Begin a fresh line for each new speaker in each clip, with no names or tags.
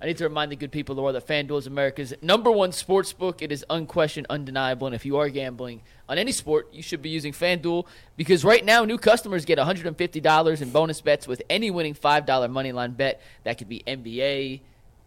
I need to remind the good people, Laura, that FanDuel is America's number one sports book. It is unquestioned, undeniable. And if you are gambling on any sport, you should be using FanDuel because right now, new customers get $150 in bonus bets with any winning $5 moneyline bet. That could be NBA,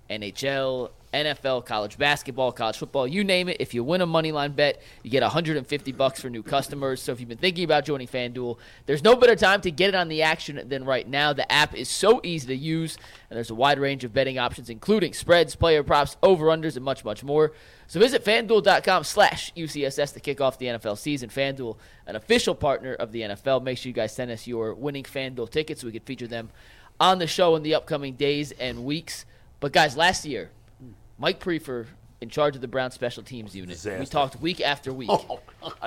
NHL, NFL, college basketball, college football, you name it. If you win a money line bet, you get 150 bucks for new customers. So if you've been thinking about joining FanDuel, there's no better time to get it on the action than right now. The app is so easy to use, and there's a wide range of betting options, including spreads, player props, over-unders, and much, much more. So visit fanduel.com slash UCSS to kick off the NFL season. FanDuel, an official partner of the NFL. Make sure you guys send us your winning FanDuel tickets so we can feature them on the show in the upcoming days and weeks. But guys, last year, Mike Prefer in charge of the Brown special teams unit.
Disaster. Oh,
We talked week after week.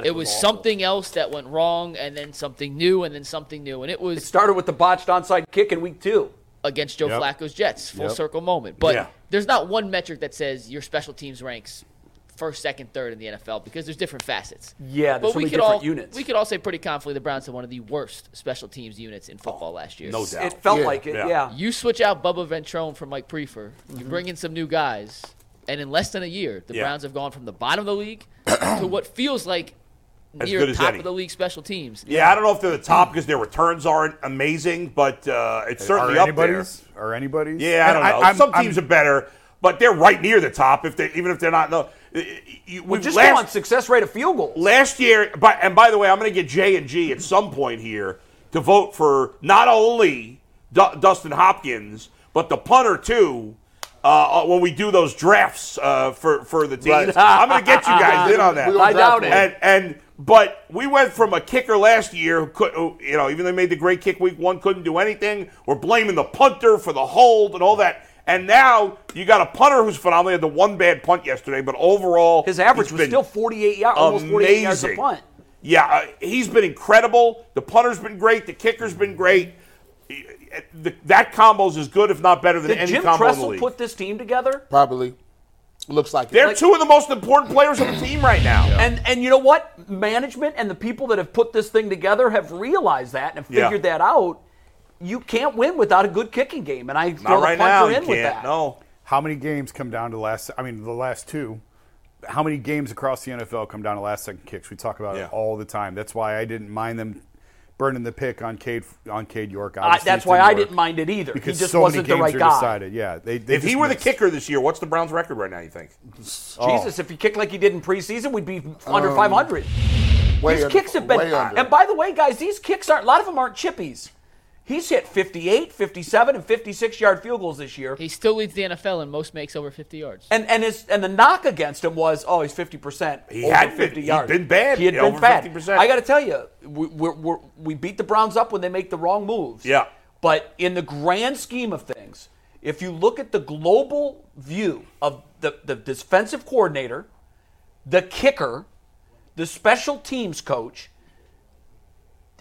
it was something else that went wrong, and then something new, and then something new, and it
It
was
started with the botched onside kick in week two.
against Joe
Yep.
Flacco's Jets, full
Yep.
circle moment. But
Yeah.
there's not one metric that says your special teams ranks first, second, third in the NFL because there's different facets.
Yeah, there's
but
so
we
many
could
different
all
units.
we could all say pretty confidently the Browns had one of the worst special teams units
Oh,
in football last year.
No doubt.
It felt
Yeah,
like it,
yeah.
yeah.
You switch out Bubba Ventrone for Mike Prefer. You bring in some new guys, and in less than a year, the
Mm-hmm. Yeah.
Browns have gone from the bottom of the league to what feels like
As
near
good as
top
any.
of the league special teams.
Yeah, I don't know if they're the top because their returns aren't amazing, but uh, it's certainly
are
up there.
anybody's? Are anybody's?
Yeah, I
And
don't know.
I'm-
Some teams
I'm-
are better, but they're right near the top. If they even if they're not, no. You,
We just go on
last,
success rate of field goals.
last year. But and by the way, I'm going to get J and G at some point here to vote for not only Du- Dustin Hopkins but the punter too. Uh, uh, when we do those drafts uh, for for the team,
Right.
I'm going to get you guys in on that.
We gonna
I doubt
draft
it.
one.
And and but we went from a kicker last year who could who, you know even though they made the great kick week one couldn't do anything. We're blaming the punter for the hold and all that. And now you got a punter who's phenomenal. He had the one bad punt yesterday, but overall
His average
he's
was
been-
still 48 yards, almost 48 yards a
amazing.
punt.
Yeah, uh, he's been incredible. The punter's been great. The kicker's been great. He- uh, the- that combo's as good, if not better, than
Did
any
Jim
combo in the
Tressel
league.
put this team together?
Probably. Looks like
They're
it.
two of the most important players on the team right now.
And and you know what? Management and the people that have put this thing together have realized that and have
Yeah.
figured that out. You can't win without a good kicking game, and I throw
not right
the punter
now. You
in with
can't.
that.
No.
How many games come down to last? I mean, the last two. How many games across the NFL come down to last second kicks? We talk about
Yeah.
it all the time. That's why I didn't mind them burning the pick on Cade on Cade York.
I,
Obviously,
that's
it
why I
work
didn't mind it either.
Because
he just
so
wasn't
many games
the right
are
guy.
decided. Yeah, they, they
If
just
he were the
missed.
kicker this year, what's the Browns' record right now? You think?
Oh.
Jesus, if he kicked like he did in preseason, we'd be under 500.
Um, Way
These
under-
kicks have been.
way under.
And by the way, guys, these kicks aren't. A lot of them aren't chippies. He's hit 58, 57, and 56 yard field goals this year.
He still leads the NFL in most makes over 50 yards.
And and his and the knock against him was, oh, he's 50 percent.
He had been- he'd been bad,
He had
yeah,
been
over
bad.
50%.
I got to tell you, we we're, we're, we beat the Browns up when they make the wrong moves.
Yeah.
But in the grand scheme of things, if you look at the global view of the, the defensive coordinator, the kicker, the special teams coach,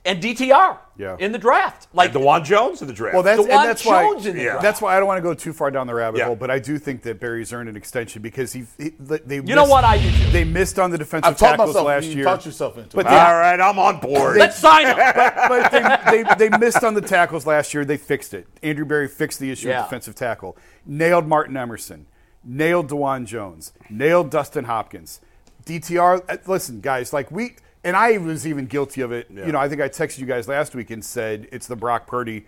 and DTR
Yeah.
in the draft, like
Dewan Jones in the draft.
Well, that's
Dewan
and that's why
Jones in the
Yeah. draft.
that's why I don't want to go too far down the rabbit
Yeah.
hole. But I do think that Barry's earned an extension because he, he they
You know what I do too.
they missed on the defensive
I've talked
tackles
myself-
last
you
year.
talked yourself into
but
it.
they-
all right. I'm on board.
let's sign him.
but they, they, they missed on the tackles last year. They fixed it. Andrew Berry fixed the issue
Yeah.
of defensive tackle. Nailed Martin Emerson. Nailed Dewan Jones. Nailed Dustin Hopkins. DTR. uh, Listen, guys, like we and I was even guilty of it. You know, I think I texted you guys last week and said it's the Brock Purdy.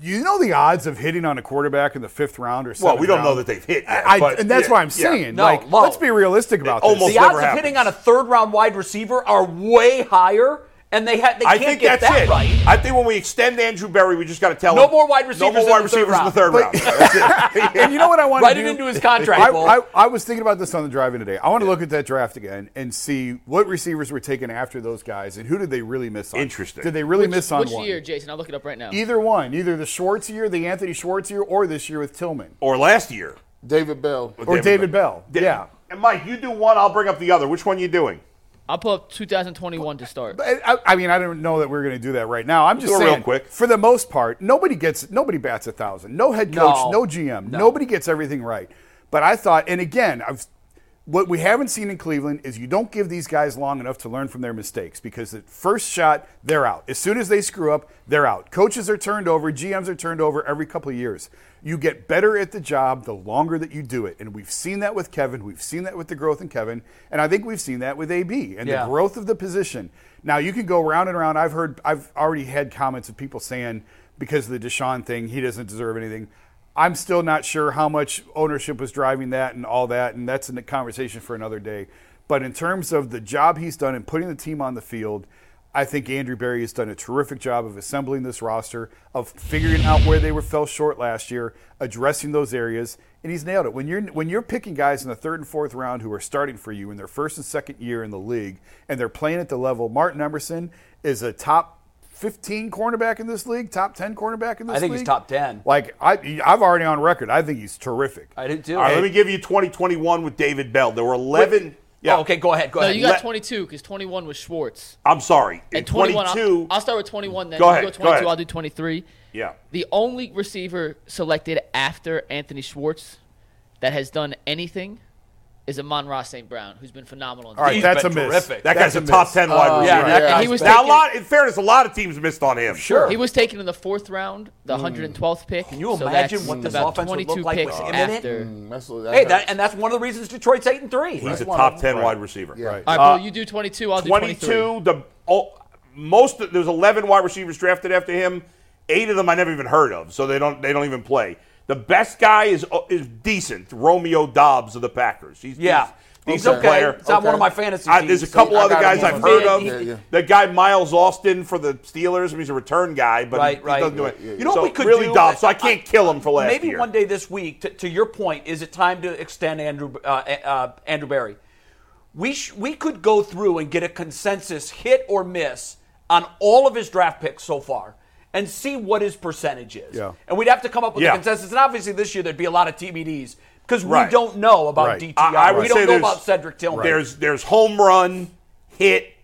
You know the odds of hitting on a quarterback in the fifth round or
well,
seventh
we don't
round?
know that they've hit, yet,
I,
but-
and that's
yeah,
why I'm
yeah.
saying,
No,
like,
low.
let's be realistic about this.
almost
the odds
never
of
happens.
hitting on a third round wide receiver are way higher, and they ha- they
I
can't
think
get
that's
that
it.
right.
I think when we extend Andrew Berry, we just got to tell
No
him
more wide receivers
No
in
more wide
the third
receivers in the
round.
third round. That's it.
and you know what I want
Write
to
it
do?
into his contract, Bull.
I, I, I was thinking about this on the drive-in today. I want to look at that draft again and see what receivers were taken after those guys and who did they really miss on.
Interesting.
Did they really miss on
Which
one?
year, Jason? I'll look it up right now.
Either one, either the Schwartz year, the Anthony Schwartz year, or this year with Tillman
or last year.
Oh,
David Bell.
or David, Bell.
Da-
yeah,
And Mike, you do one, I'll bring up the other. Which one you doing?
I'll pull up 2021 to start.
But uh, I, I mean, I don't know that we're going to do that right now. I'm just
do it real
saying,
quick.
for the most part, nobody gets nobody bats a thousand. No head
No.
coach, no, GM, nobody gets everything right. But I thought, and again, I've what we haven't seen in Cleveland is you don't give these guys long enough to learn from their mistakes because the first shot they're out. As soon as they screw up, they're out. Coaches are turned over, GMs are turned over every couple of years. You get better at the job the longer that you do it, and we've seen that with Kevin. We've seen that with the growth in Kevin, and I think we've seen that with AB and
Yeah.
the growth growth of the position. Now you can go round and round. I've heard, I've already had comments of people saying because of the Deshaun thing, he doesn't deserve anything. I'm still not sure how much ownership was driving that and all that, and that's a conversation for another day. But in terms of the job he's done and putting the team on the field, I think Andrew Berry has done a terrific job of assembling this roster, of figuring out where they were fell short last year, addressing those areas, and he's nailed it. When you're when you're picking guys in the third and fourth round who are starting for you in their first and second year in the league, and they're playing at the level, Martin Emerson is a top 15 cornerback in this league, top 10 cornerback in this league.
I think he's top 10.
Like I, I've already on record, I think he's terrific.
I did too.
All right, let me give you 2021 with David Bell. There were 11. yeah.
Oh, okay, go ahead. Go
No,
ahead.
you got
Let-
22 because 21 was Schwartz.
I'm sorry. In
And 21,
22.
I'll, I'll start with 21 then.
Go
You
ahead,
go
go
22,
ahead.
I'll do 23.
yeah.
The only receiver selected after Anthony Schwartz that has done anything is Amon Ross St. Brown, who's been phenomenal.
All right,
He's
that's
been
a miss.
terrific.
That
That's
guy's a, top
miss.
10 wide receiver.
yeah, that
And
guy's
he was
bad.
now, a
taken-
lot, in fairness, a lot of teams missed on him.
Sure.
He was taken in the fourth round, the
Hmm.
112th pick. Can
you imagine what this offense would look like
picks
with him in Hmm. it?
after.
That's,
Hey, that, and that's one of the reasons Detroit's eight and three.
He's a
one
top
of
10
them.
wide receiver.
Yeah.
Right.
All
Uh,
right, Bill, you do 22, I'll do
22,
23.
the all, most there's 11 wide receivers drafted after him. 8 of them I never even heard of, so they don't they don't even play. The best guy is uh, is decent, Romeo Dobbs of the Packers. He's
Yeah.
He's
Okay.
a player.
It's on one of my fantasy
I- there's a
teams, so
couple
I
other
got
guys
him on
I've
my
heard of.
fantasy.
Yeah, yeah.
The guy Miles Austin for the Steelers. I mean, he's a return guy, but
Right,
he,
right.
doesn't do it.
You know what
So
we could
really
do?
Dobbs, so I can't kill him for last
Maybe
year.
one day this week, to, to your point, is it time to extend Andrew uh, uh, Andrew Barry? We sh- we could go through and get a consensus hit or miss on all of his draft picks so far, and see what his percentage is.
Yeah.
And we'd have to come up with
Yeah.
a consensus. And obviously, this year there'd be a lot of TBDs because we
Right.
don't know about
Right.
DTR.
I, I would
we
say
don't know
there's-
about Cedric Tillman.
There's there's home run, hit,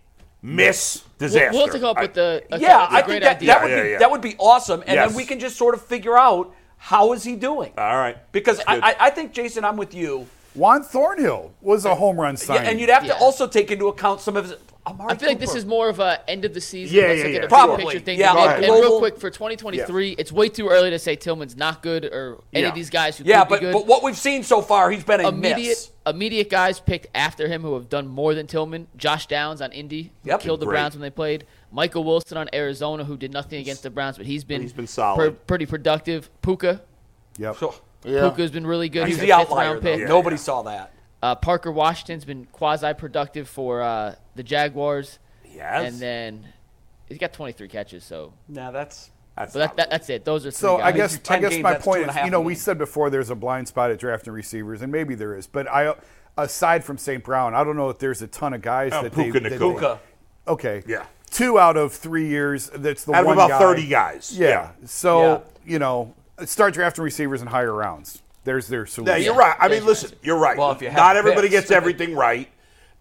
miss, disaster.
We'll, we'll have to come up
I-
with the. a-
yeah,
a
I
great
think that,
idea.
that would
Yeah,
be
yeah, yeah.
that would be awesome, and
Yes.
then we can just sort of figure out how is he doing.
All right.
Because
That's
I,
good.
I, I think Jason, I'm with you.
Juan Thornhill was a home run
Yeah,
signing.
and you'd have to
Yeah.
also take into account some of his. Amari
I feel like this
Cooper.
is more of a end of the season.
Yeah,
let's
yeah,
look at
yeah.
a big
Probably.
picture thing.
Yeah,
and,
like
and
global-
real quick for 2023, it's way too early to say Tillman's not good or any
Yeah.
of these guys who
Yeah,
could
but,
be good.
but what we've seen so far, he's been a
immediate
miss.
immediate guys picked after him who have done more than Tillman. Josh Downs on Indy, who
Yep.
killed the
Great.
Browns when they played. Michael Wilson on Arizona, who did nothing against the Browns, but he's been
He's been solid.
pretty productive. Puka,
yep.
So,
Yeah.
Puka's been really good.
he's
a
the
fifth
outlier.
round
Though.
pick.
Nobody saw that.
Uh, Parker Washington's been quasi productive for uh, the Jaguars.
Yes.
And then he's got 23 catches, so
Nah, that's
That's
but that,
not
that, that's it. Those are three
So
guys.
I guess
you 10
I guess
games,
my
that's two
point
and a
is,
half
you know,
a
we
game.
said before there's a blind spot at drafting receivers, and maybe there is, but I aside from St. Brown, I don't know if there's a ton of guys
Oh,
that they,
Puka
that they-
Nacua.
Okay.
Yeah.
Two out of three years. That's the
Out of
one
about
guy.
30 guys.
Yeah. So
Yeah.
you know, start drafting receivers in higher rounds. There's their solution.
Yeah, you're right. I mean,
Yeah.
listen, you're right.
Well, if you have
Not everybody
picks.
gets everything right.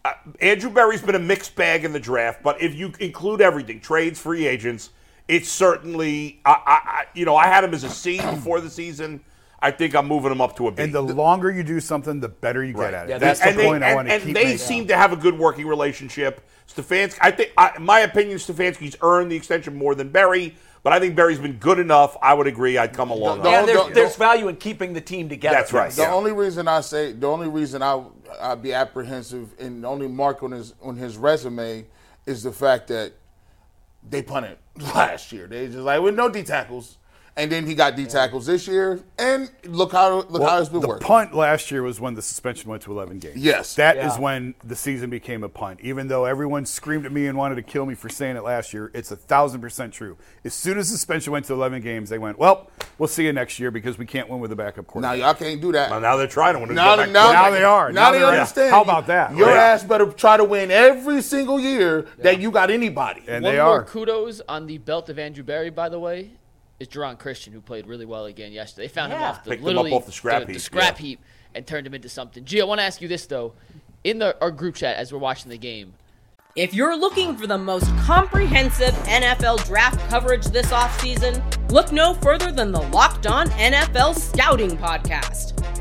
Uh, Andrew Berry's been a mixed bag in the draft, but if you include everything, trades, free agents, it's certainly, I, I, I- you know, I had him as a C before the season. I think I'm moving him up to a B.
And the longer you do something, the better you get at it.
Yeah,
that's,
that's-
the
they,
point I
and-
want to
and
keep
they
making.
seem to have a good working relationship. Stefanski, I think, I, in my opinion, Stefanski's earned the extension more than Berry, but I think Berry's been good enough. I would agree. I'd come along.
No,
and
on it.
there's,
no,
there's
no.
value in keeping the team together.
That's right.
The
Yeah.
only reason I say the only reason I I'd be apprehensive and the only mark on his on his resume is the fact that they punted last year. They just like with no D tackles. And then he got D tackles this year, and look how look how it's been
the
working.
punt last year was when the suspension went to 11 games.
Yes.
that is
Yeah.
when the season became a punt. Even though everyone screamed at me and wanted to kill me for saying it last year, it's a thousand percent true. As soon as the suspension went to 11 games, they went, "Well, we'll see you next year because we can't win with a backup
Now
quarterback."
y'all can't do that.
Well, now they're trying to win.
Now,
Go
now,
back-
Now they are.
Now,
Now
they
they're-
understand.
How about that?
Your
Yeah.
ass better try to win every single year that you got anybody.
and
One
they
more
are.
kudos on the belt of Andrew Barry, by the way, is Jerron Christian, who played really well again yesterday. They found him off the
Picked him up
literally
off the scrap
the,
heap,
scrap
yeah.
heap and turned him into something. G, I want to ask you this though, in the, our group chat as we're watching the game,
If you're looking for the most comprehensive NFL draft coverage this offseason, look no further than the Locked On NFL Scouting Podcast.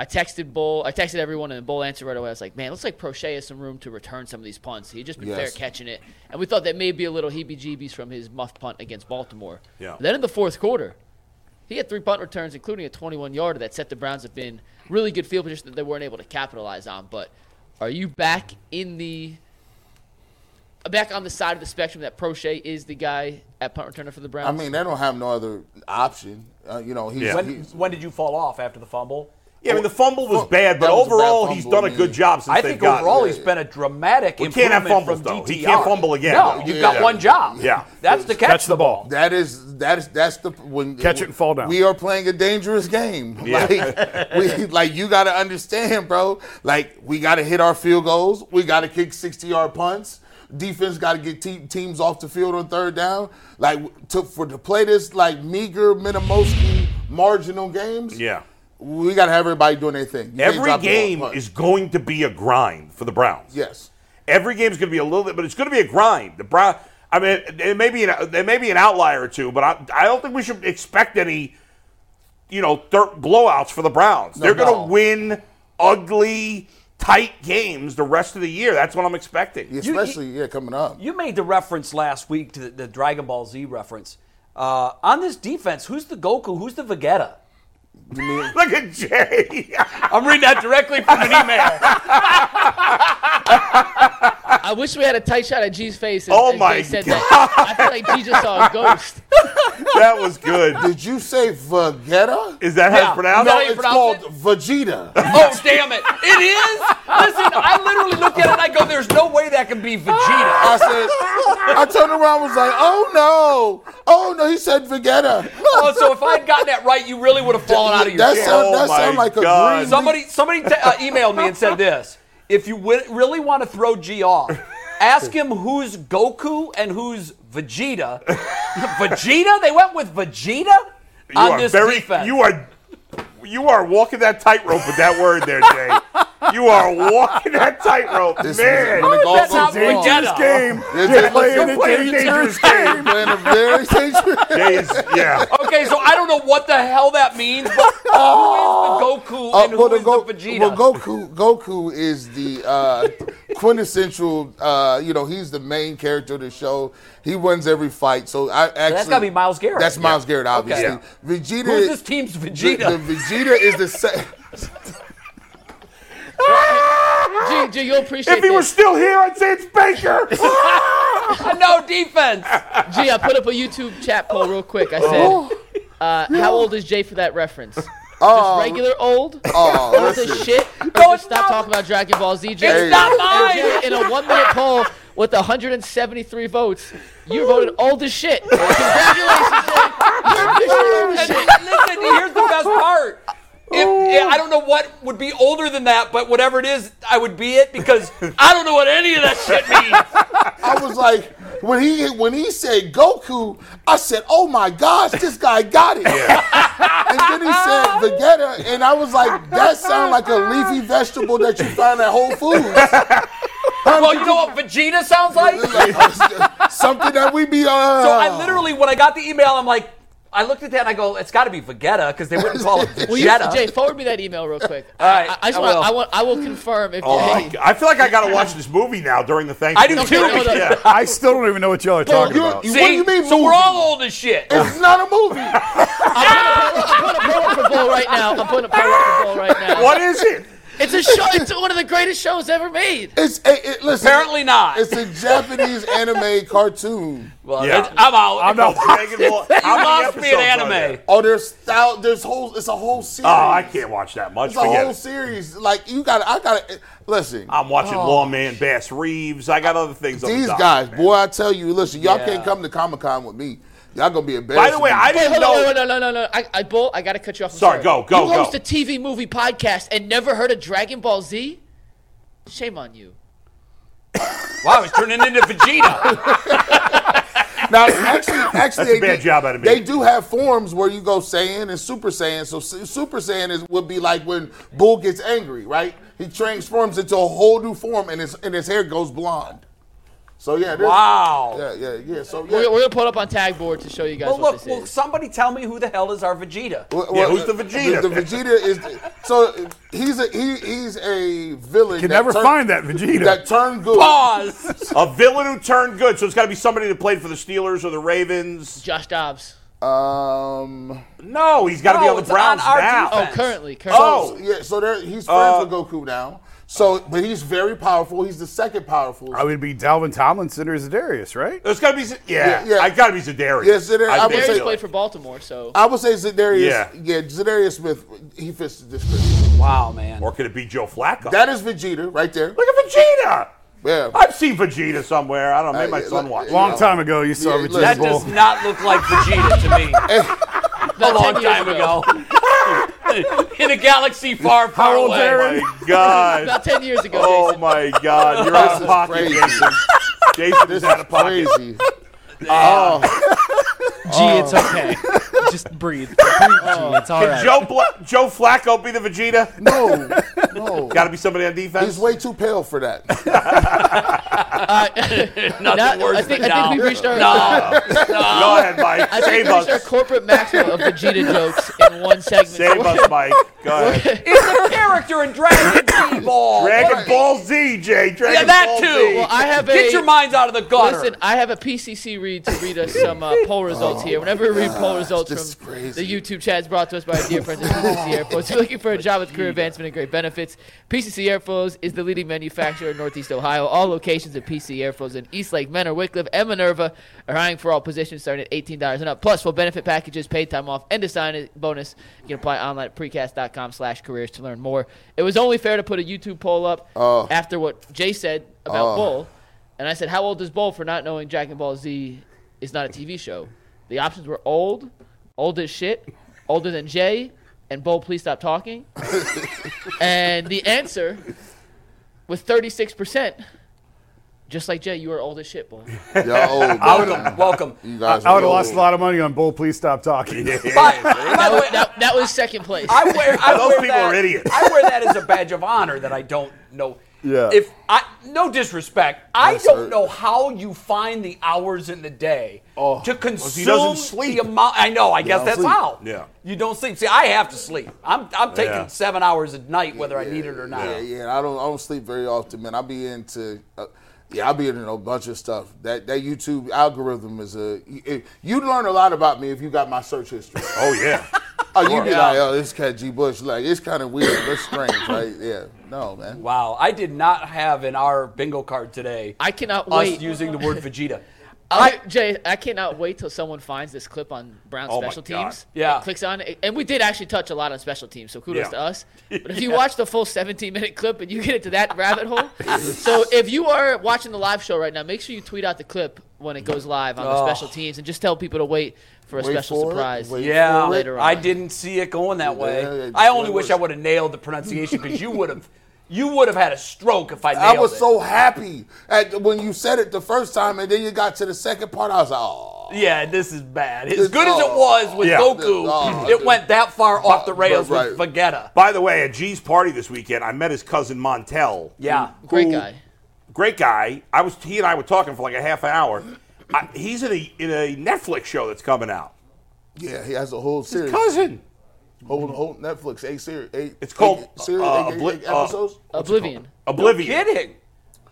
I texted Bull. I texted everyone, and Bull answered right away. I was like, "Man, looks like Prochet has some room to return some of these punts. He'd just been fair
Yes.
catching it, and we thought that may be a little heebie-jeebies from his muff punt against Baltimore.
Yeah.
Then in the fourth quarter, he had three punt returns, including a 21-yarder that set the Browns up in really good field position that they weren't able to capitalize on. But are you back in the back on the side of the spectrum that Prochet is the guy at punt returner for the Browns?
I mean, they don't have no other option. Uh, you know, he's,
Yeah.
When,
he's
when did you fall off after the fumble?
Yeah, I mean the fumble was
Fum-
bad, but
that was a bad
overall he's
fumble,
done a good
yeah.
job since
I
they've
think
gotten
overall
him.
he's been a dramatic
We can't have
improvement
fumbles,
from
though.
DTR.
He can't fumble again.
No, you've
Yeah.
got one job.
Yeah.
that's to catch, the ball.
that is that is that's the when
Catch it and fall down.
We are playing a dangerous game. Like we like you got to understand, bro. Like we got to hit our field goals. We got to kick sixty yard punts. Defense got to get te- teams off the field on third down. Like to for to play this like meager, minimosky, marginal games.
Yeah.
we got to have everybody doing their thing. You can't
Every
drop the ball
game
punt.
is going to be a grind for the Browns.
yes.
Every game's going to be a little bit, but it's going to be a grind. The Brown, I mean, it may be an, there may be an outlier or two, but I, I don't think we should expect any, you know, thir- blowouts for the Browns. They're going to
no.
win ugly, tight games the rest of the year. That's what I'm expecting.
Especially yeah, coming up.
You made the reference last week to the, the Dragon Ball Z reference. Uh, on this defense, who's the Goku? Who's the Vegeta?
Look at Jay.
I'm reading that directly from an email.
I wish we had a tight shot at G's face. As,
Oh
as
my
they said That. I feel like G just saw a ghost.
that was good.
Did you say Vegeta?
Is that how it's
Yeah.
pronounced?
No,
it's
pronounce
called
it?
Vegeta.
oh, damn it. It is? Listen, I literally look at it and I go, there's no way that can be Vegeta.
I said, I turned around and was like, oh no, oh no, he said Vegeta.
Oh, so if I'd gotten that right, you really would have fallen out of your
that
chair.
sound,
Oh
that sound
my
like a
God.
greasy-
Somebody, somebody t- uh, emailed me and said this: If you wi- really want to throw G off, ask him who's Goku and who's Vegeta. Vegeta? They went with Vegeta
You
on
are
this
very,
defense.
You are, you are walking that tightrope with that word there, Jay. you are walking that tightrope,
This is-
man.
when the golf
that's not
is wrong.
Vegeta.
This game.
This
You're
is-
playing
you're
a
playing
dangerous
You're
game.
playing a very dangerous-
Jay is- yeah.
Okay, so I don't know what the hell that means, but who is the Goku
Uh,
and who
well,
is
the Go-
the Vegeta?
well, Goku, Goku is the uh, quintessential. Uh, you know, he's the main character of the show. He wins every fight. So I actually
gotta be Miles Garrett.
That's Miles Garrett, obviously.
Yeah.
Vegeta.
Who's this team's
the,
Vegeta?
the Vegeta is the same.
G, G, you'll appreciate
If he
this.
were still here, I'd say it's Baker.
I know Uh, defense.
Gee, I put up a YouTube chat poll real quick. I said, uh, "How old is Jay for that reference?"
Oh,
Just regular old?
oh,
Old as
listen.
shit? Or just stop talking about Dragon Ball Z, Jay.
It's not
And Jay, In a one-minute poll with 173 votes, you voted old as shit. Congratulations, Jay. You're officially old as
And
shit.
listen, here's the best part. If, yeah, I don't know what would be older than that, but whatever it is, I would be it because I don't know what any of that shit means.
I was like, when he when he said Goku, I said, "Oh my gosh, this guy got it." and then he said Vegeta, and I was like, "That sounds like a leafy vegetable that you find at Whole Foods."
Well, you know what Vegeta sounds like?
Something that we be uh,
So I literally, when I got the email, I'm like, I looked at that and I go, it's got to be Vegeta because they wouldn't call it
Will you,
Vegeta.
Jay, forward me that email real quick.
All right,
I, I just
I
want,
will.
I want, I will confirm if
Oh
Jay-
my God. I feel like I got to watch this movie now during the
I do
Thanksgiving.
too.
hold up.
Yeah.
I still don't even know what y'all are talking
you're-
about.
you-
See?
What do you mean
So we're
movie?
all old as shit.
It's not a movie.
I'm putting a poll up for Bull right now. I'm putting a poll up for Bull right now.
What is it?
It's a show. It's one of the greatest shows ever made.
It's a, it, listen,
Apparently not.
It's a Japanese anime cartoon.
Well,
Yeah.
then I'm out.
I'm not watching. You
You lost me at anime.
Oh, there's thou, there's whole. It's a whole series.
Oh, I can't watch that much.
It's a
Forget
whole
it.
series. Like you got. to I got. to Listen.
I'm watching Lawman Bass Reeves. I got other things. on the
Oh. These
docket,
guys,
man.
boy, I tell you, listen, y'all
Yeah.
can't come to Comic Con with me. Y'all gonna be embarrassed.
By the way, I
Wait,
didn't
hold on, no,
know.
no, no, no, no. I, I, Bull, I gotta cut you off. I'm
Sorry, go, go,
You host
go.
a TV movie podcast and never heard of Dragon Ball Z? Shame on you.
Wow, I was turning into Vegeta.
now actually, actually,
That's a
they
bad
do-
job out of me.
They do have forms where you go Saiyan and Super Saiyan. So Su- Super Saiyan is would be like when Bull gets angry, right? He transforms into a whole new form, and his and his hair goes blonde. So yeah, there's-
Wow.
yeah, yeah, yeah. So yeah.
We're, we're gonna pull it up on tag board to show you guys
Well,
what
look,
this
will
is.
somebody tell me who the hell is our Vegeta?
Well,
Yeah,
well,
who's the Vegeta?
The, the Vegeta is so he's a he, he's a villain.
Can
that
never
turned-
find that Vegeta.
that turned good.
Pause.
A villain who turned good. So it's got to be somebody that played for the Steelers or the Ravens.
Josh Dobbs.
Um,
No, he's got to be
No,
on the
it's
Browns
on our
now.
Oh,
defense.
currently, currently.
Oh,
yeah. So there, he's friends with Goku now. So, but he's very powerful. He's the second powerful.
I would be Dalvin Tomlinson or Zadarius, right?
There's got to Oh, be. Z- Yeah,
Yeah, yeah.
I got to be Zedarius.
Yeah, Za'Darius, I would
think
say-
Darius
so.
played for Baltimore, so
I would say Zedarius.
Yeah.
Yeah, Zedarius Smith. He fits the description.
Wow, man.
Or could it be Joe Flacco?
That is Vegeta right there.
Look at Vegeta.
Yeah.
I've seen Vegeta somewhere. I don't know. Maybe
Uh,
my
yeah,
son
like-
watched.
Long
Yeah.
time ago, you saw
Yeah,
Vegeta
That
Bull.
does not look like Vegeta to me.
About
A long
10 years
time ago. In a galaxy far, far
old's
away.
Aaron?
Oh My God.
About ten years ago,
Oh
Jason.
my God. You're out of pocket,
crazy.
Jason. Jason
This
is out
is
of pocket.
crazy. Oh,
Oh.
Gee, it's okay. Just breathe. Breathe, G. It's all right.
Joe Bla- Joe Flacco be the Vegeta.
No, no.
Got to be somebody on defense.
He's way too pale for that.
Nothing
Now-
worse
I think,
than
I think
now.
we reached our,
Go ahead, Mike.
I think
Save
we reached our
us.
corporate maximum of Vegeta jokes in one segment.
Save us, Mike. Go ahead.
It's a character in Dragon Ball.
Dragon Ball Z, Jay. Dragon
Yeah, that
Ball
too.
Z.
Well, I have a
Get your minds out of the gutter.
Listen, I have a PCC read to read us some uh, poll results here. Whenever we read poll results
this
from
is crazy.
the YouTube chats brought to us by our dear friends at PCC Airflows, if you're looking for a job with career advancement and great benefits, PCC Airflows is the leading manufacturer in Northeast Ohio. All locations of PC Airflows in Eastlake, Menor, Wickliffe, and Minerva are hiring for all positions starting at $18 and up. Plus, full benefit packages, paid time off, and a sign bonus. You can apply online at precast.com slash careers to learn more. It was only fair to put a YouTube poll up after what Jay said about Bull. And I said, How old is Bull for not knowing Dragon Ball Z is not a TV show? The options were old, old as shit, older than Jay, and Bull, please stop talking. and the answer was 36%. Just like Jay, you are old as shit, Bull.
Y'all old,
welcome, welcome.
You guys
I would have
are
lost a
old.
lot of money on Bull. Please stop talking.
By, by the way,
That, that was second place.
I wear. I
Those
wear
people
that,
are idiots.
I wear that as a badge of honor that I don't know.
Yeah.
If I no disrespect, I
Yes,
don't
sir.
know how you find the hours in the day to consume
Oh, doesn't sleep.
the amount. I know. I guess
don't
that's
sleep.
how.
Yeah.
You don't sleep. See, I have to sleep. I'm I'm taking
Yeah.
seven hours a night whether I need it or not.
Yeah, yeah. I don't. I don't sleep very often, man. I be into. Uh, yeah, I'll be into a bunch of stuff. That that YouTube algorithm is a. You, you learn a lot about me if you got my search history.
Oh yeah.
Oh, you be
Yeah.
like, oh, this cat G Bush. Like, it's kind of weird. That's strange, right? Yeah. No, man.
Wow, I did not have in our bingo card today
I cannot
us
wait.
using the word Vegeta.
I, Jay, I cannot wait till someone finds this clip on Brown
Oh my
special
God.
teams.
Yeah.
and clicks on it, and we did actually touch a lot on special teams, so kudos
Yeah.
to us. But if you watch the full 17-minute clip and you get into that rabbit hole, so if you are watching the live show right now, make sure you tweet out the clip when it goes live on the special teams, and just tell people to wait for a
Wait
special
for it,
surprise.
wait
Yeah,
for it.
later
I
on.
didn't see it going that way.
Yeah, yeah,
I only
it
wish
was-
I would have nailed the pronunciation because you would have, you would have had a stroke if I nailed
I was
it.
so happy at when you said it the first time, and then you got to the second part. I was like, oh.
yeah, this is bad. As
This-
good as it
oh.
was with
Yeah.
Goku,
Oh,
it
dude.
went that far off the rails
Right,
with
right.
Vegeta.
By the way, at G's party this weekend, I met his cousin Montel.
Yeah.
Mm, Great
who-
guy.
Great guy. I was. He and I were talking for like a half an hour. I, he's in a in a Netflix show that's coming out.
Yeah, he has a whole series.
Cousin.
Whole, whole Netflix eight series. Eight.
It's called,
eight, series,
uh,
eight- eight-
Obli-
eight
uh,
episodes.
Oblivion.
Oblivion.
Kidding.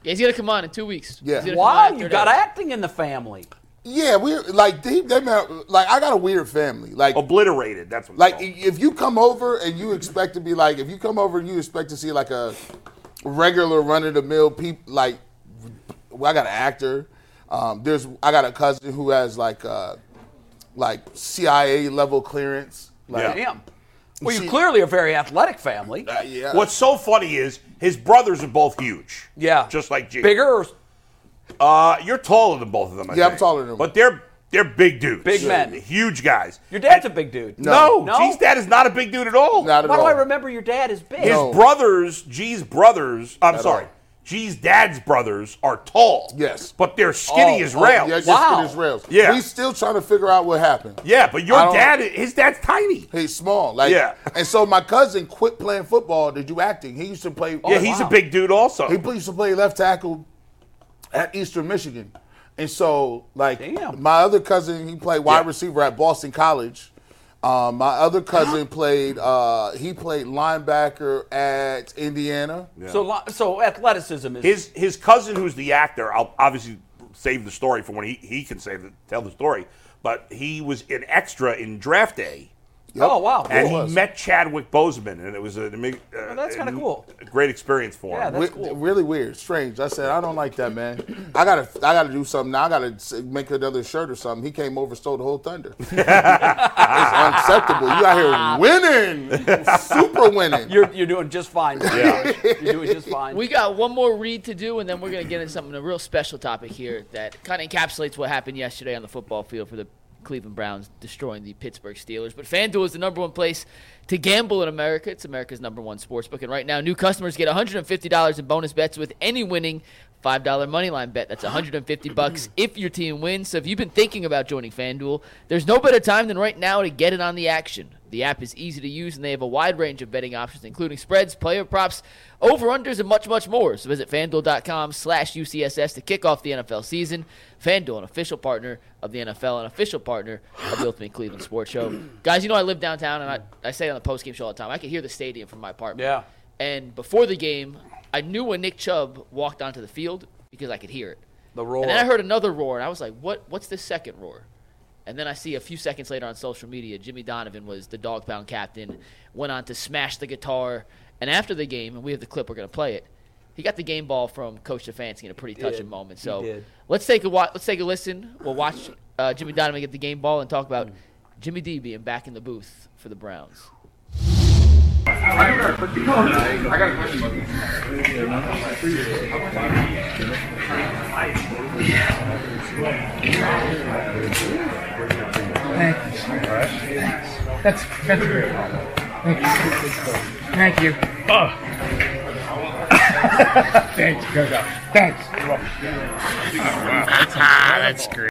Yeah, he's gonna come on in two weeks.
Yeah.
He's gonna come on
Wow,
after
you got
that.
acting in the family.
Yeah, we like they, they man, like I got a weird family. Like
Obliterated. That's what.
like
it's
i-
called.
if you come over and you expect to be like if you come over and you expect to see like a regular run of the mill peop like well, I got an actor. Um, there's I got a cousin who has like uh like CIA level clearance. Like
Yeah.
Damn. Well, you
See-
clearly are a very athletic family.
uh, yeah.
What's so funny is his brothers are both huge.
Yeah.
Just like G.
Bigger or
Uh, you're taller than both of them. I
Yeah, I'm
think.
taller than them.
But they're they're big dudes.
Big men.
Huge guys.
your dad's a big dude.
No,
No?
G's dad is not a big dude at all.
Not at
Why do
all.
I remember your dad is big?
His
No.
brothers, G's brothers, I'm sorry,
all.
G's dad's brothers are tall.
Yes.
But they're skinny as rails.
Oh, Yeah, just
Wow.
wow. his rails.
Yeah.
We still trying to figure out what happened.
Yeah, but
I
your
don't-
dad, his dad's tiny.
He's small. Like
Yeah.
and so my cousin quit playing football to do acting. He used to play
Oh,
yeah, he's
wow.
a big dude also.
Oh, He used to play left tackle at Eastern Michigan. And so, like,
Damn.
my other cousin, he played wide
Yeah.
receiver at Boston College. Um, my other cousin played, uh, he played linebacker at Indiana.
So lo- so athleticism is
His his cousin, who's the actor, I'll obviously save the story for when he, he can save the, tell the story. But he was an extra in Draft Day,
Oh wow.
and
It
he
was.
met Chadwick Boseman, and it was an, ami- uh,
that's kinda
an-
cool.
a great experience for
Yeah,
him.
that's
Re-
cool.
Really weird, strange. I said, I don't like that, man. I gotta, I gotta do something. Now. I gotta s- make another shirt or something. He came over, stole the whole thunder. it's unacceptable. You out here winning, super winning.
You're you're doing just fine. Yeah. you're doing just fine.
We got one more read to do, and then we're going to get into something, a real special topic here that kind of encapsulates what happened yesterday on the football field for the Cleveland Browns destroying the Pittsburgh Steelers. But FanDuel is the number one place to gamble in America. It's America's number one sports book. And right now, new customers get $150 in bonus bets with any winning $5 moneyline bet. That's 150 bucks if your team wins. So if you've been thinking about joining FanDuel, there's no better time than right now to get in on the action. The app is easy to use, and they have a wide range of betting options, including spreads, player props, over-unders, and much, much more. So visit FanDuel.com slash UCSS to kick off the NFL season. FanDuel, an official partner of the NFL, an official partner of the Ultimate Cleveland Sports Show. Guys, you know I live downtown, and I, I say it on the post-game show all the time. I can hear the stadium from my apartment.
Yeah.
And before the game, I knew when Nick Chubb walked onto the field because I could hear it.
The roar.
And then I heard another roar, and I was like, "What? What's this second roar?" And then I see a few seconds later on social media, Jimmy Donovan was the dog pound captain, went on to smash the guitar. And after the game, and we have the clip, we're going to play it. He got the game ball from Coach Stefanski in a pretty touching
did.
moment.
He
So
did.
let's take a wa- let's take a listen. We'll watch uh, Jimmy Donovan get the game ball and talk about Jimmy D being back in the booth for the Browns.
That's that's great. Thank you. Thank you. Thanks, Gogo. Thanks. that's great.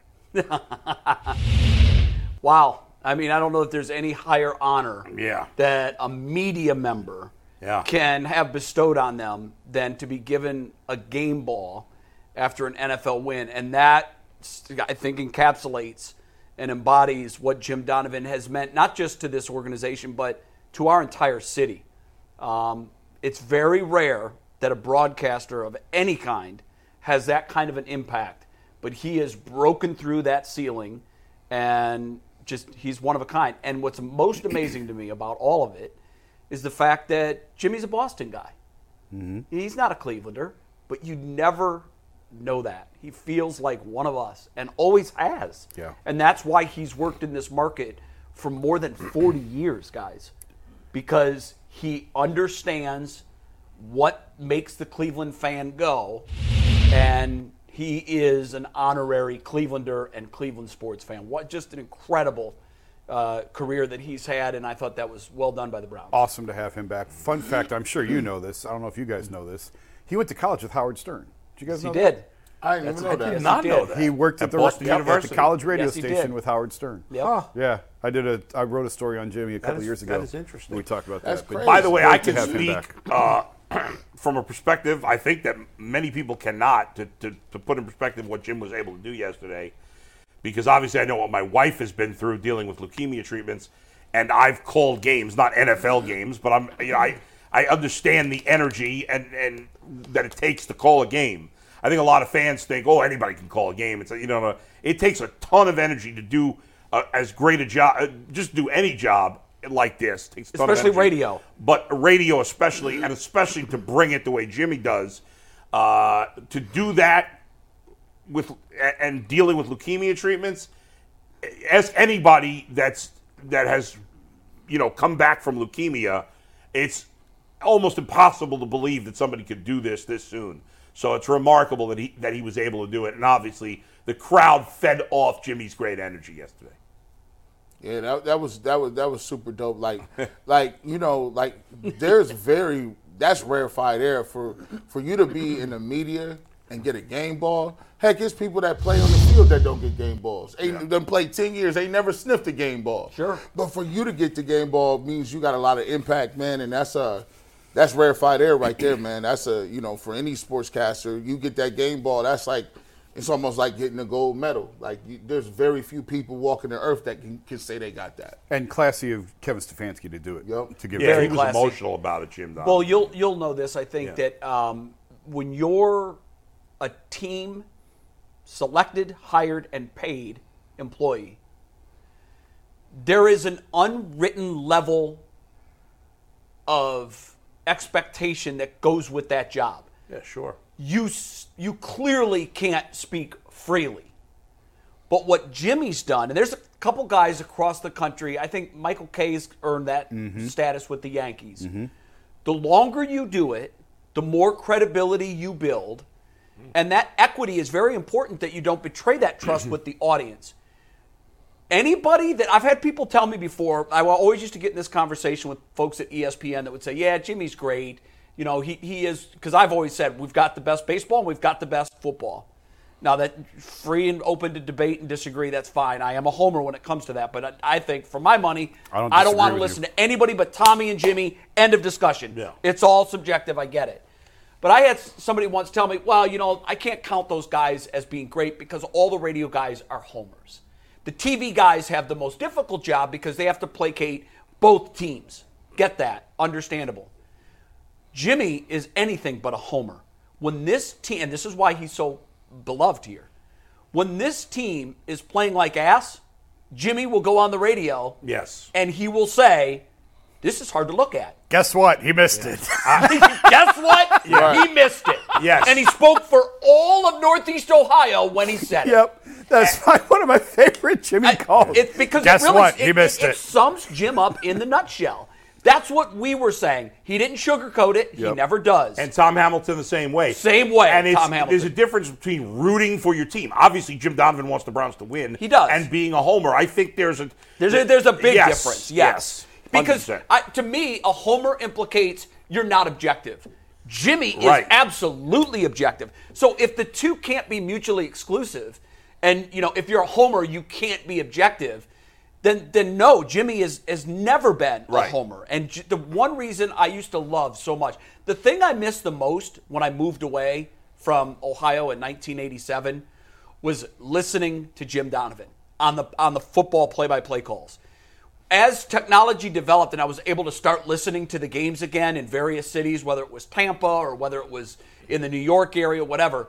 Wow. I mean, I don't know if there's any higher honor
Yeah.
that a media member
Yeah.
can have bestowed on them than to be given a game ball after an NFL win. And that, I think, encapsulates and embodies what Jim Donovan has meant, not just to this organization, but to our entire city. Um, it's very rare that a broadcaster of any kind has that kind of an impact, but he has broken through that ceiling and just he's one of a kind. And what's most amazing to me about all of it is the fact that Jimmy's a Boston guy. He's not a Clevelander, but you never know that. He feels like one of us and always has.
Yeah.
And that's why he's worked in this market for more than 40 years, guys, because he understands what makes the Cleveland fan go. And he is an honorary Clevelander and Cleveland sports fan. What just an incredible uh, career that he's had. And I thought that was well done by the Browns.
Awesome to have him back. Fun fact, I'm sure you know this. I don't know if you guys know this. He went to college with Howard Stern. Did you guys
He
know
did.
that?
I didn't even know that.
Yes, he
not
did.
know that.
He worked at,
At
the,
Boston
yep, at the
University.
college radio
Yes, he did.
station with Howard Stern.
Yep.
Yeah, I did a. I wrote a story on Jimmy a couple
is-
years
that
ago.
is interesting.
We talked about
That's
that. but
crazy.
By the way,
great
I
to
can
have him
speak
back.
uh, from a perspective I think that many people cannot to, to, to put in perspective what Jim was able to do yesterday, because obviously I know what my wife has been through dealing with leukemia treatments, and I've called games, not NFL games, but I'm you know I I understand the energy and and that it takes to call a game. I I think a lot of fans think, oh, anybody can call a game. It's you know, it takes a ton of energy to do uh, as great a job, uh, just do any job like this. It takes a ton of
Especially
energy.
radio.
but radio especially, and especially to bring it the way Jimmy does, uh, to do that with a- and dealing with leukemia treatments. Ask anybody that's that has, you know, come back from leukemia. It's almost impossible to believe that somebody could do this this soon. So it's remarkable that he that he was able to do it, and obviously the crowd fed off Jimmy's great energy yesterday.
Yeah, that, that was that was that was super dope. Like, like you know, like there's very that's rarefied air for for you to be in the media and get a game ball. Heck, it's people that play on the field that don't get game balls. Ain't them play ten years, they never sniffed a game ball.
Sure.
but for you to get the game ball means you got a lot of impact, man, and that's a that's rarefied air right there, man. That's a you know for any sportscaster, you get that game ball. That's like it's almost like getting a gold medal. Like you, there's very few people walking the earth that can, can say they got that.
And classy of Kevin Stefanski to do it.
Yep.
To give
Yeah,
it.
he was
classy.
emotional about it, Jim. Dodd.
Well, you'll you'll know this. I think that um, when you're a team selected, hired, and paid employee, there is an unwritten level of expectation that goes with that job.
yeah, sure.
You s- you clearly can't speak freely. But what Jimmy's done, and there's a couple guys across the country, I think Michael Kay's earned that
Mm-hmm.
status with the Yankees. The longer you do it, the more credibility you build. And that equity is very important that you don't betray that trust with the audience. Anybody that I've had people tell me before, I always used to get in this conversation with folks at E ESPN that would say, Yeah, Jimmy's great. You know, he, he is, because I've always said, we've got the best baseball and we've got the best football. Now that free and open to debate and disagree, that's fine. I am a homer when it comes to that, but I, I think for my money, I
don't
don't, want to
disagree with you.
listen to anybody but Tommy and Jimmy. End of discussion.
Yeah.
It's all subjective. I get it. But I had s- somebody once tell me, well, you know, I can't count those guys as being great because all the radio guys are homers. The TV guys have the most difficult job because they have to placate both teams. Get that. Understandable. Jimmy is anything but a homer. When this team, and this is why he's so beloved here, when this team is playing like ass, Jimmy will go on the radio
Yes.
and he will say, This is hard to look at.
Guess what? He missed it.
Guess what? He missed it.
Yes.
And he spoke for all of Northeast Ohio when he said it.
yep. That's my, one of my favorite Jimmy
I-
calls.
It's because
Guess
it really,
what? he missed
it,
it.
it sums Jim up in the nutshell. That's what we were saying. He didn't sugarcoat it. He
Yep.
never does.
And Tom Hamilton the same way.
Same way,
And it's,
Tom Hamilton.
there's a difference between rooting for your team. Obviously, Jim Donovan wants the Browns to win.
He does.
And being a homer, I think there's a
There's a, there's a big
Yes,
difference. Yes. Because
100%.
I, to me, a homer implicates you're not objective. Jimmy
Right.
is absolutely objective. So if the two can't be mutually exclusive, and you know if you're a homer, you can't be objective. Then, then no, Jimmy is, has never been
Right.
a homer. And j- the one reason I used to love so much, the thing I missed the most when I moved away from Ohio in 1987 was listening to Jim Donovan on the on the football play-by-play calls. As technology developed and I was able to start listening to the games again in various cities, whether it was Tampa or whether it was in the New York area, whatever,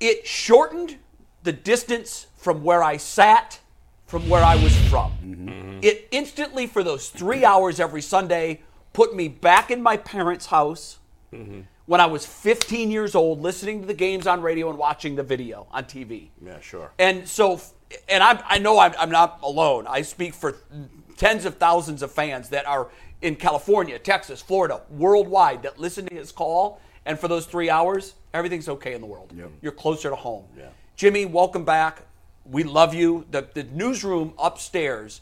it shortened the distance from where I sat from where I was from.
Mm-hmm.
It instantly, for those three hours every Sunday, put me back in my parents' house
Mm-hmm.
when I was 15 years old, listening to the games on radio and watching the video on TV.
Yeah, sure.
And so, and I'm, I know I'm, I'm not alone. I speak for tens of thousands of fans that are in California, Texas, Florida, worldwide that listen to his call. And for those three hours, everything's okay in the world. You're closer to home. Jimmy, welcome back. We love you. The, the newsroom upstairs,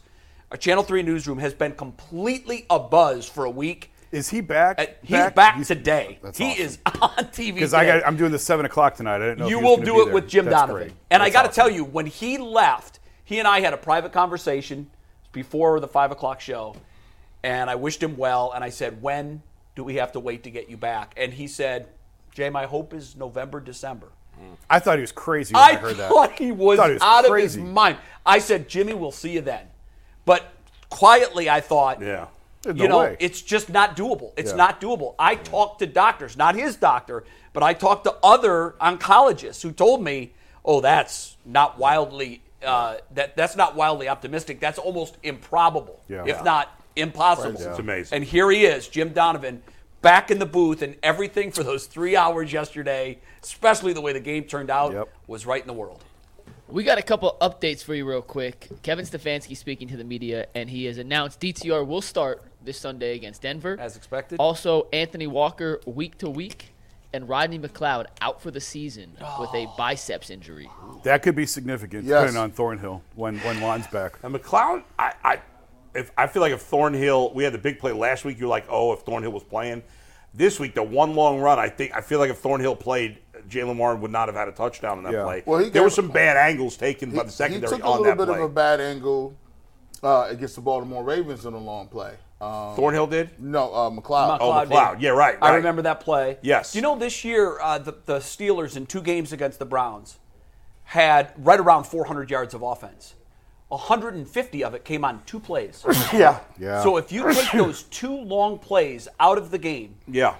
our Channel 3 newsroom, has been completely abuzz for a week.
Is he back?
Uh, He's back, today.
That's
he
awesome.
is on TV.
Because I
today
got, I'm doing the seven o'clock tonight. I didn't know. if
you
he was
will
gonna
do
be
it
there.
with Jim
That's
Donovan.
great.
And I
That's
got to
awesome.
tell you, when he left, he and I had a private conversation before the five o'clock show, and I wished him well. And I said, "When do we have to wait to get you back?" And he said, "Jay, my hope is November, December."
I thought he was crazy. When Mm, I,
I
heard that.
thought he was,
Thought he was
out
crazy.
of his mind. I said, "Jimmy, we'll see you then," but quietly, I thought,
Yeah.
There's
you
no
know,
way.
it's just not doable. It's not doable. I talked to doctors, not his doctor, but I talked to other oncologists who told me, "Oh, that's not wildly uh, that that's not wildly optimistic. That's almost improbable,
Yeah.
if
Yeah.
not impossible."
It's amazing.
And here he is, Jim Donovan, back in the booth, and everything for those three hours yesterday, especially the way the game turned out,
Yep.
was right in the world.
We got a couple updates for you real quick. Kevin Stefanski speaking to the media, and he has announced DTR will start this Sunday against Denver.
As expected.
Also, Anthony Walker week to week, and Rodney McLeod out for the season with
Oh.
a biceps injury.
That could be significant,
Yes.
depending on Thornhill when when Juan's back.
And McLeod, I, I, if, I feel like if Thornhill, we had the big play last week. You're like, oh, if Thornhill was playing this week, the one long run. I think I feel like if Thornhill played, Jalen Warren would not have had a touchdown in that
Yeah.
play.
Well, he
there
gave-
were some bad angles taken by the
he
secondary
took a
on
little
that
bit
play.
of a bad angle uh, against the Baltimore Ravens in a long play. Um,
Thornhill did.
no, uh, McLeod.
Oh,
McLeod
McLeod.
did.
Yeah, right,
I
right.
remember that play.
Yes.
You know, this year uh, the, the Steelers in two games against the Browns had right around 400 yards of offense. 150 of it came on two plays.
Yeah.
Yeah.
So if you take those two long plays out of the game,
Yeah,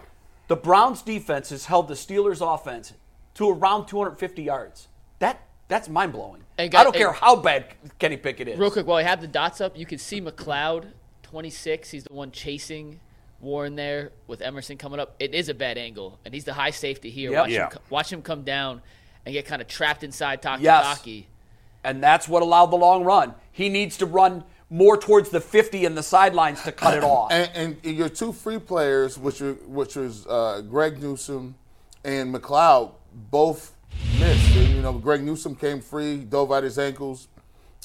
the Browns defense has held the Steelers offense to around 250 yards. That that's mind blowing. I
And got-
don't care
and-
how bad Kenny Pickett is.
Real quick, while I have the dots up, you can see McLeod, 26. He's the one chasing Warren there with Emerson coming up. It is a bad angle, and he's the high safety here.
Yep.
Watch,
Yeah.
him, co- watch him come down and get kind of trapped inside Taki
Yes.
Taki.
and that's what allowed the long run. He needs to run more towards the 50 and the sidelines to cut it off.
And, and your two free players, which are, which was uh, Greg Newsom and McLeod, both missed. And, you know, Greg Newsom came free, dove at his ankles,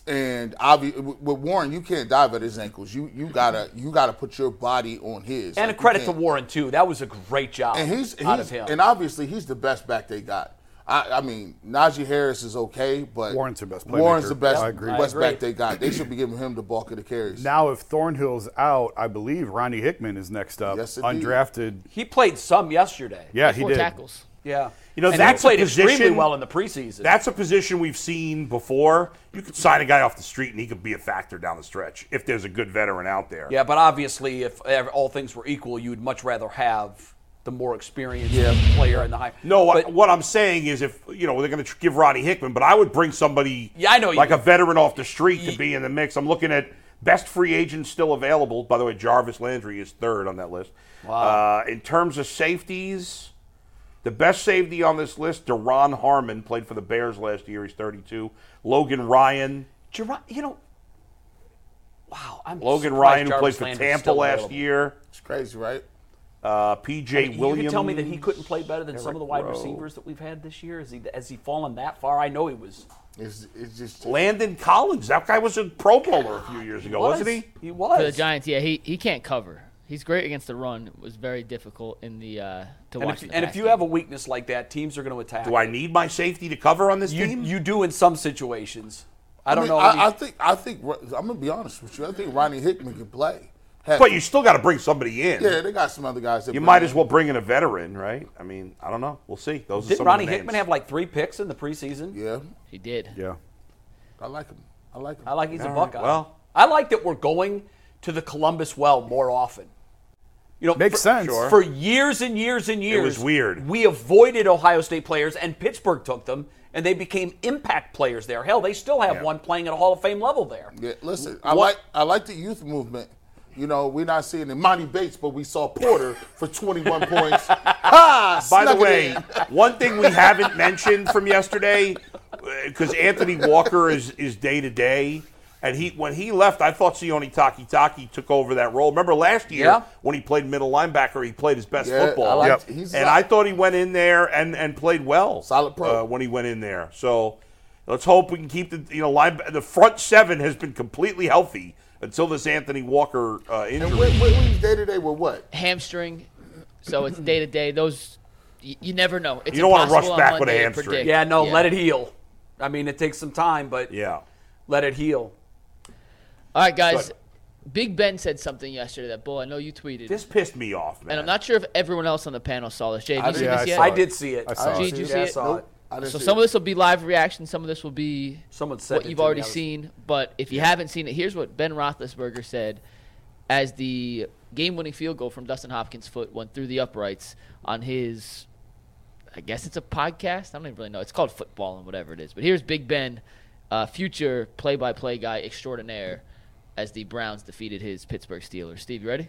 and obvi- with with Warren, you can't dive at his ankles. You you gotta you gotta put your body on
And
his.
a
Like, you
credit to
can't-
Warren too. That was a great job
And he's,
out
he's
of him.
and obviously he's the best back they got. I, I mean, Najee Harris is okay, but
Warren's their best
Warren's
playmaker.
the best
I agree. I
best
agree.
back they got. They should be giving him the bulk of the carries.
Now, if Thornhill's out, I believe Ronnie Hickman is next up,
Yes, indeed.
undrafted.
he played some yesterday.
Yeah, he
Four
did.
tackles.
Yeah.
You know,
and
that's
he played
a
extremely
position-
well in the preseason.
that's a position we've seen before. You could sign a guy off the street and he could be a factor down the stretch if there's a good veteran out there.
yeah, but obviously, if ev- all things were equal, you'd much rather have the more experienced
Yeah.
player in the high.
No, what,
But-
what I'm saying is if, you know, they're going to give Ronnie Hickman, but I would bring somebody
Yeah, I know you
like a
would.
veteran off the street
Ye-
to be in the mix. I'm looking at best free agents still available. By the way, Jarvis Landry is third on that list. Wow. Uh, in terms of safeties, the best safety on this list, Deron Harmon, played for the Bears last year. He's 32. Logan Ryan.
Jerron- you know, wow. I'm
Logan
surprised
Ryan, who
Jarvis
played for
Landry's
Tampa
still
last
available.
year.
It's crazy, right?
Uh, P.J.
You
Williams.
could tell me that he couldn't play better than some of the wide
Rowe.
receivers that we've had this year. Has he, has he fallen that far? I know he was.
It's, it's just
Landon Collins. That guy was a Pro Bowler a few years ago, wasn't he?
He was.
For the Giants, yeah, he, he can't cover. He's great against the run. It was very difficult in the uh, to
And,
watch.
if,
in the
and if
pass
you
game.
have a weakness like that, teams are going to attack.
Do I need my safety to cover on this
You,
team?
you do in some situations. I don't
mean,
know.
I,
I mean-
I think I think I'm gonna be honest with you. I think Ronnie Hickman can play. Heck,
but you still got to bring somebody in.
yeah, they got some other guys. That
you
play.
might as well bring in a veteran, right? I mean, I don't know. We'll see. Those are
Didn't
some
Ronnie
of the names.
Hickman have like three picks in the preseason?
Yeah,
he did.
Yeah.
I like him. I like him.
I like he's a
All right,
Buckeye.
well.
I like that we're going to the Columbus Well more often. You know,
Makes
for,
sense. Sure.
For years and years and years,
was weird.
We avoided Ohio State players, and Pittsburgh took them, and they became impact players there. Hell, they still have
Yeah.
one playing at a Hall of Fame level there.
Yeah, listen, I
What-
like I like the youth movement. You know, we're not seeing the Monty Bates, but we saw Porter for 21 points. Ha!
By
snuck
the
it
way,
in.
one thing we haven't mentioned from yesterday, because Anthony Walker is is day to day, and he when he left, I thought Sione Takitaki took over that role. Remember last year
Yeah.
when he played middle linebacker, he played his best
Yeah, I
football,
liked- Yep. he's
and
like-
I thought he went in there and and played well,
Solid pro.
uh, when he went in there. So let's hope we can keep the you know line the front seven has been completely healthy until this Anthony Walker uh,
and
injury.
what, what, what day to day with what?
hamstring. So it's day to day. Those you, you never know. It's
You don't wanna
impossible
rush
on
back with a
Monday to
hamstring.
predict.
Yeah, no, let it heal. I mean, it takes some time, but
yeah.
let it heal.
All right, guys.
Good.
Big Ben said something yesterday that bull. I know you tweeted,
This pissed me off, man.
and I'm not sure if everyone else on the panel saw this. Jay, did you see
yeah,
this
I
yet?
saw
I
it.
did see it.
I saw
Gee,
it.
did you
Yeah,
see
I
it?
saw it.
I didn't
So
see
some
it.
of this will be live reaction. Some of this will be
Someone said
what
it
you've
to me.
already
I was-
seen. But if you haven't seen it, here's what Ben Roethlisberger said as the game-winning field goal from Dustin Hopkins' foot went through the uprights on his. I guess it's a podcast. I don't even really know. It's called football and whatever it is. But here's Big Ben, uh, future play-by-play guy extraordinaire, as the Browns defeated his Pittsburgh Steelers. Steve, you ready?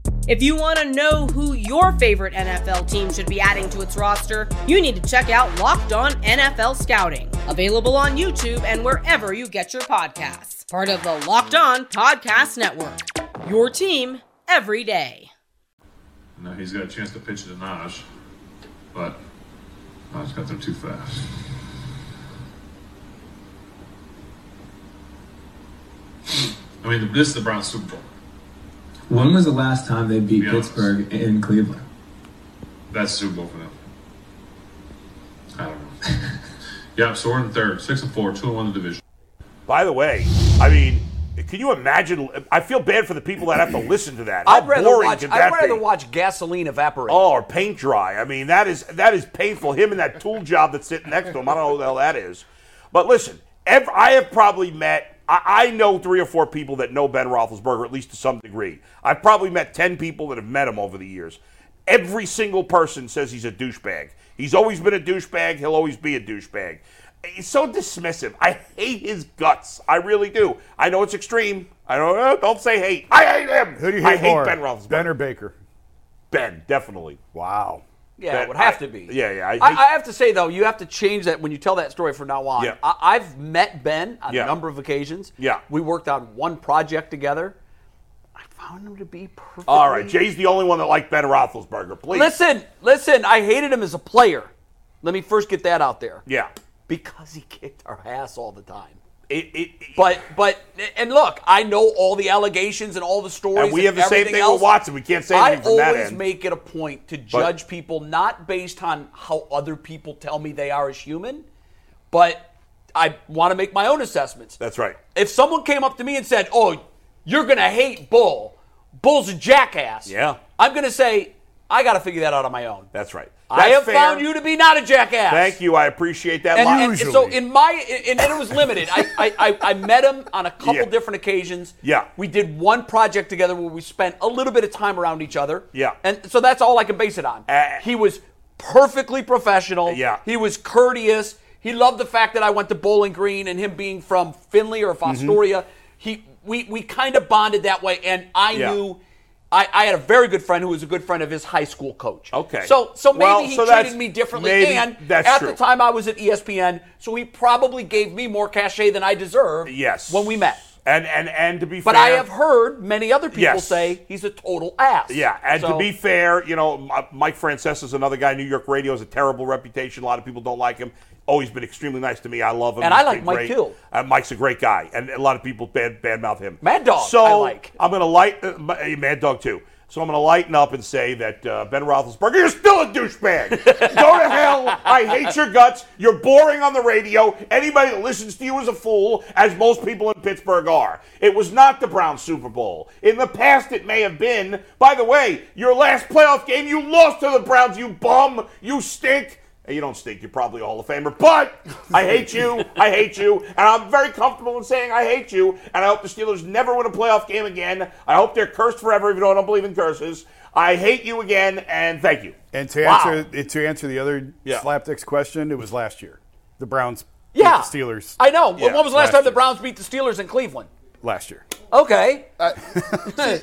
If you want to know who your favorite NFL team should be adding to its roster, you need to check out Locked On NFL Scouting, available on YouTube and wherever you get your podcasts. Part of the Locked On Podcast Network. Your team every day.
Now he's got a chance to pitch it to Naj, but Naj got there too fast. I mean, this is the Browns Super Bowl.
When was the last time they beat
Be honest.
Pittsburgh in Cleveland?
That's Super Bowl for them. I don't know. yeah, so we're in third, six and four, two and one in the division.
By the way, I mean, can you imagine? I feel bad for the people that have to listen to that. How
I'd rather
boring
watch.
could
I'd
that
rather
be?
watch gasoline evaporate.
Oh, or paint dry. I mean, that is that is painful. Him and that tool job that's sitting next to him. I don't know who the hell that is. But listen, ev I have probably met. I, I know three or four people that know Ben Roethlisberger at least to some degree. I've probably met ten people that have met him over the years. Every single person says he's a douchebag. He's always been a douchebag. He'll always be a douchebag. He's so dismissive. I hate his guts. I really do. I know it's extreme. I don't uh, don't say hate. I hate him.
Who do you
I
hate,
hate
more,
Ben Roethlisberger.
Ben or Baker?
Ben, definitely.
Wow.
Yeah,
That-
it would have
I-
to be.
yeah, yeah, I
I,
hate-
I have to say though, you have to change that when you tell that story from now on.
Yeah.
I, I've met Ben on
Yeah.
a number of occasions.
Yeah.
we worked on one project together. I found him to be perfect.
All right, Jay's the only one that liked Ben Roethlisberger. Please,
Listen, listen. I hated him as a player. Let me first get that out there.
Yeah,
because he kicked our ass all the time.
it, it, it-
But but and look, I know all the allegations and all the stories.
and we have the same
everything
thing
else.
with Watson. We can't say
I
anything from that
always
end.
make it a point to judge people not based on how other people tell me they are as human, but I want to make my own assessments.
That's right.
If someone came up to me and said, "Oh, you're gonna hate Bull. Bull's a jackass."
Yeah.
I'm gonna say I got to figure that out on my own.
That's right.
I
That's
have
fair.
found you to be not a jackass.
Thank you. I appreciate that.
And,
lot.
and- and so in my and then it was limited. I, I, I, I met him on a couple
Yeah.
different occasions.
Yeah.
We did one project together where we spent a little bit of time around each other.
Yeah.
And so that's all I can base it on.
Uh,
he was perfectly professional.
Yeah.
He was courteous. He loved the fact that I went to Bowling Green and him being from Finley or
Mm-hmm.
Fostoria. He we we kind of bonded that way and I
Yeah.
knew I, I had a very good friend who was a good friend of his high school coach.
Okay.
So so maybe
Well,
he
so that's-
treated me differently.
maybe
and
that's
at
true.
the time I was at E ESPN, so he probably gave me more cachet than I deserved
yes,
when we met.
and and and to be
But
fair,
I have heard many other people
Yes.
say he's a total ass.
Yeah, and to
So-
be fair, you know, M- Mike Frances is another guy. New York radio has a terrible reputation. A lot of people don't like him. Always been extremely nice to me. I love him.
And I
He's
like
been
Mike
great.
too.
Uh, Mike's a great guy, and a lot of people bad badmouth him.
Mad Dog,
So
I like.
I'm gonna light uh, my- hey, Mad Dog too. So I'm gonna lighten up and say that uh, Ben Roethlisberger, you're still a douchebag. Go to hell. I hate your guts. You're boring on the radio. Anybody that listens to you is a fool, as most people in Pittsburgh are. It was not the Browns Super Bowl. In the past, it may have been. By the way, your last playoff game, you lost to the Browns. You bum. You stink. Hey, You don't stink. You're probably a Hall of Famer, but I hate you. I hate you. And I'm very comfortable in saying I hate you. And I hope the Steelers never win a playoff game again. I hope they're cursed forever, even though I don't believe in curses. I hate you again, and thank you.
And to
Wow.
answer to answer the other
Yeah.
slapdick's question, it was last year. The Browns beat
yeah.
the Steelers
I know. when
Yeah,
was the last
last
time the
year.
Browns beat the Steelers in Cleveland?
last year.
Okay. Uh,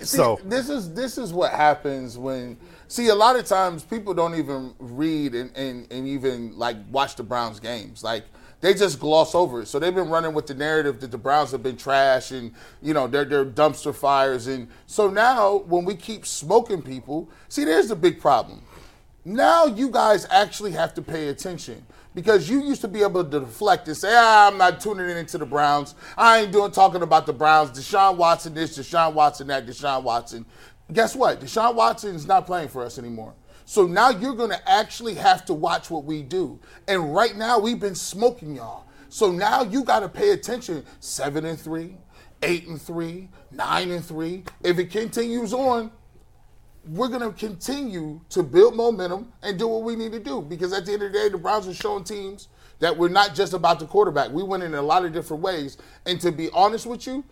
So-
this is this is what happens when see a lot of times people don't even read and, and, and even like watch the Browns games. Like they just gloss over it. So they've been running with the narrative that the Browns have been trash and you know they're they're dumpster fires and so now when we keep smoking people, see there's the big problem. Now you guys actually have to pay attention because you used to be able to deflect and say, ah, I'm not tuning into the Browns. I ain't doing talking about the Browns. Deshaun Watson this, Deshaun Watson that, Deshaun Watson. Guess what? Deshaun Watson's not playing for us anymore. So now you're going to actually have to watch what we do. And right now we've been smoking y'all. So now you got to pay attention. Seven and three, eight and three, nine and three. If it continues on, we're going to continue to build momentum and do what we need to do because at the end of the day, the Browns are showing teams that we're not just about the quarterback. We win in a lot of different ways. And to be honest with you,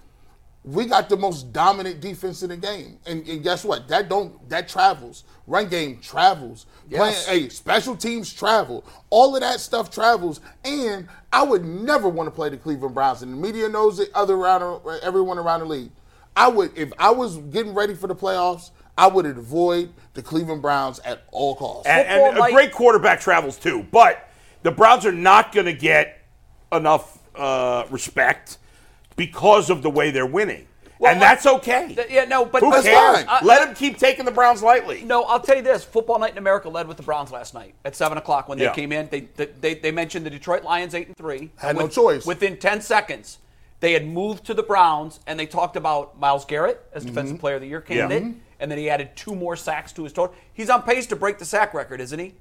we got the most dominant defense in the game. And, and guess what? That don't that travels. Run game travels.
Yes.
Playing, hey, special teams travel. All of that stuff travels. And I would never want to play the Cleveland Browns. And the media knows it. Other around everyone around the league. I would if I was getting ready for the playoffs. I would avoid the Cleveland Browns at all costs.
And, and a great quarterback travels too, but the Browns are not going to get enough uh, respect because of the way they're winning, and that's okay.
Th- yeah, no, but
Who
that's
cares?
fine. I-
Let them keep taking the Browns lightly.
No, I'll tell you this: Football Night in America led with the Browns last night at seven o'clock when they
Yeah.
came in. They, they- they they mentioned the Detroit Lions eight and three.
Had
And
no choice.
Within ten seconds, they had moved to the Browns, and they talked about Miles Garrett as Defensive Player of the Year
Mm-hmm. Yeah. Mm-hmm.
candidate, and then he added two more sacks to his total. He's on pace to break the sack record, isn't he?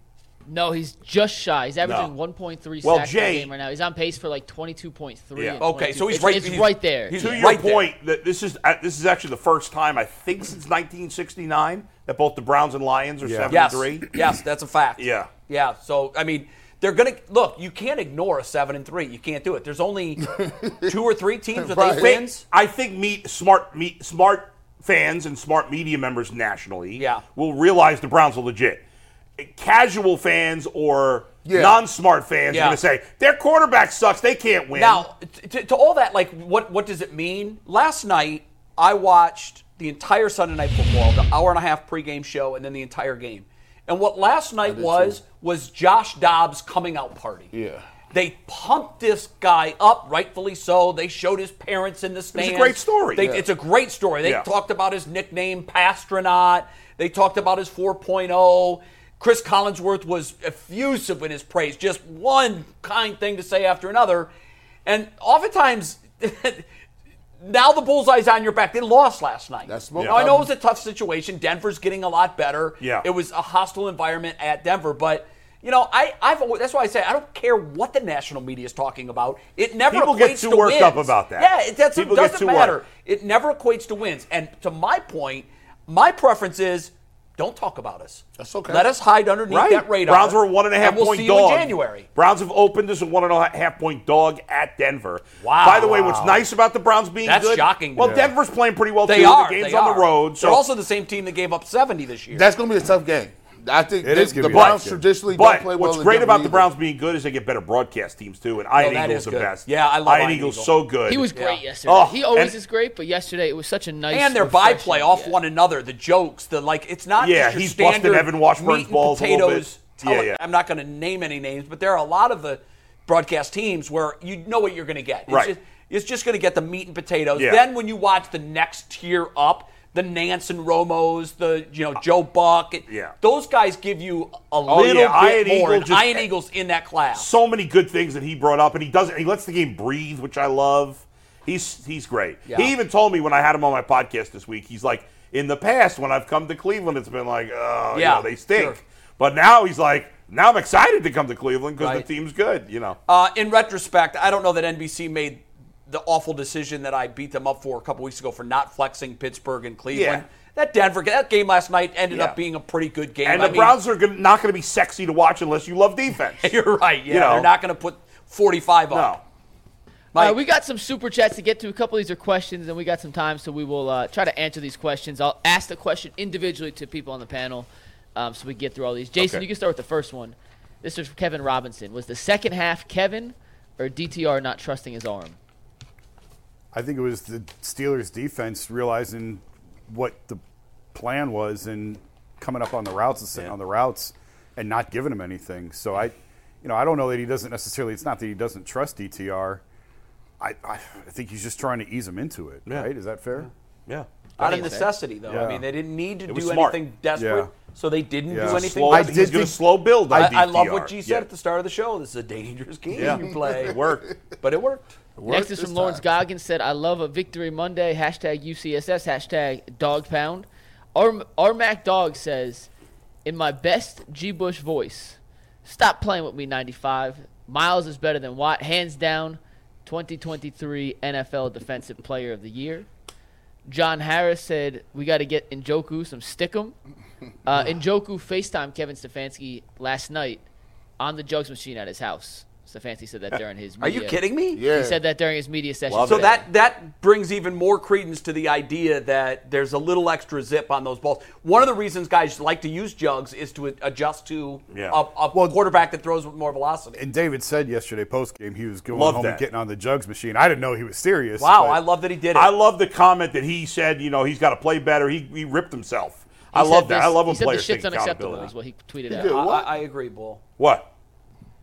No, he's just shy. He's averaging
No.
1.3
Well,
sacks
Jay-
per game right now. He's on pace for like 22.3. and
Okay, so
22
he's
it's,
right.
It's
he's-
right there.
To
yeah.
your
right there.
point, that this is uh, this is actually the first time I think since 1969 that both the Browns and Lions are seven
Yes.
and three.
yes, that's a fact.
Yeah.
Yeah. So I mean, they're gonna look. You can't ignore a seven and three. You can't do it. There's only two or three teams with
Right.
eight wins.
I think meet smart meet smart fans and smart media members nationally
Yeah.
will realize the Browns are legit. Casual fans or
Yeah.
non-smart fans
Yeah.
are going to say their quarterback sucks. They can't win.
Now, t- to, to all that, like, what what does it mean? Last night, I watched the entire Sunday night football, the hour and a half pregame show, and then the entire game. And what last night was was Josh Dobbs' coming out party.
Yeah.
They pumped this guy up, rightfully so. They showed his parents in the stands.
great story.
They-
Yeah.
It's a great story. They
Yeah.
talked about his nickname, Pastronaut. They talked about his 4.0. Chris Collinsworth was effusive in his praise, just one kind thing to say after another. And oftentimes, now the bullseye's on your back. They lost last night.
That's what-
Now, I know it was a tough situation. Denver's getting a lot better.
Yeah.
It was a hostile environment at Denver, but. You know, I, I've always, that's why I say I don't care what the national media is talking about. It never
People
equates
get too
to
worked up
wins.
about that.
Yeah, it, that's, it
People get
doesn't
too
matter.
worked.
It never equates to wins. And to my point, my preference is don't talk about us.
That's okay.
Let us hide underneath
right?
that radar.
Browns were a one and a half
and we'll
point
see
dog.
You in January.
Browns have opened as a one and a half point dog at Denver.
Wow.
By the way, what's nice about the Browns being
That's
good?
shocking to
Well,
me.
Denver's playing pretty well
They
too.
are.
the game's
they
on
are.
the road, so
They're also the same team that gave up 70 this year.
That's going to be a tough game. I think
It
the,
is gonna
the
be a tough
Browns
game.
traditionally don't
But
play well.
what's
in E,
great
Denver
about the
either.
Browns being good is they get better broadcast teams too, and Iron
that
Eagles
is
the
good.
best.
Yeah, I love Iron
Eagles.
Eagle.
So good.
he was great
Yeah.
yesterday.
Oh,
he always
and-
is great, but yesterday it was such a nice
and their
refreshing-
byplay off
yeah.
one another, the jokes, the like. It's not
Yeah,
just your
he's busting
standard
Evan Washburn's
meat and
balls a little
potatoes.
bit.
tele-
Yeah, yeah.
I'm not going to name any names, but there are a lot of the broadcast teams where you know what you're going to get. It's
Right.
Just, it's just going to get the meat and potatoes.
Yeah.
Then when you watch the next tier up, the Nance and Romos, the you know Joe Buck, it-
Yeah. Oh,
those guys give you a little
yeah,
bit
Ian
more.
Eagle
and
just-
Iron Eagles in that class.
so many good things that he brought up, and he does. He lets the game breathe, which I love. He's he's great.
Yeah.
He even told me when I had him on my podcast this week, he's like, in the past when I've come to Cleveland, it's been like, oh,
Yeah,
yeah, they stink.
sure.
But now he's like, now I'm excited to come to Cleveland because
Right.
the team's good. You know,
Uh, in retrospect, I don't know that NBC made the awful decision that I beat them up for a couple weeks ago for not flexing Pittsburgh and Cleveland.
Yeah.
That Denver that game last night ended
Yeah.
up being a pretty good game.
and
I
the
mean,
Browns are gonna, not going to be sexy to watch unless you love defense.
You're right. Yeah,
You know.
they're not going to put 45
no,
up.
All
Mike.
right, we got some super chats to get to. A couple of these are questions, and we got some time, so we will uh, try to answer these questions. I'll ask the question individually to people on the panel, um, so we get through all these. Jason,
Okay.
you can start with the first one. This is from Kevin Robinson. Was the second half Kevin or DTR not trusting his arm?
I think it was the Steelers defense realizing what the plan was and coming up on the routes and sitting on the routes and not giving him anything. So I, you know, I don't know that he doesn't necessarily. It's not that he doesn't trust DTR. I, I, I think he's just trying to ease him into it. Right? Is that fair?
yeah,
Out of necessity, though. I
Yeah.
mean, they didn't need to
was
do
smart.
anything desperate,
Yeah.
so they didn't
Yeah.
do anything.
slow.
I
I
desperate.
did
he's going
think-
to slow build. on
I, I love
DTR.
what G said
Yeah.
at the start of the show. This is a dangerous game
Yeah.
you play.
It worked.
But it worked.
Next is from Lawrence Goggins said, I love a victory Monday. Hashtag UCSS. Hashtag dog pound. Our, our Mac Dog says, in my best G. Bush voice, stop playing with me, 95. Miles is better than Watt, hands down. 2023 NFL Defensive Player of the Year. John Harris said, "We got to get Njoku some stickum." Uh, Njoku FaceTime Kevin Stefanski last night on the jugs machine at his house. Stefanski said that during his.
Are you
media-
kidding me?
He said that during his media session.
so
today.
that that brings even more credence to the idea that there's a little extra zip on those balls. One of the reasons guys like to use jugs is to adjust to
Yeah.
a, a quarterback that throws with more velocity.
And David said yesterday post game he was going
Love
home and
that.
getting on the jugs machine. I didn't know he was serious.
Wow,
but-
I
love that he did it.
I love the comment that he said, you know, he's got to play better. He, he ripped himself. I
He
love
said
that.
this-
I love when
he said
players
this shit's
take
unacceptable.
accountability.
Is what he tweeted
Yeah,
out.
I, I- I agree, Bull.
What?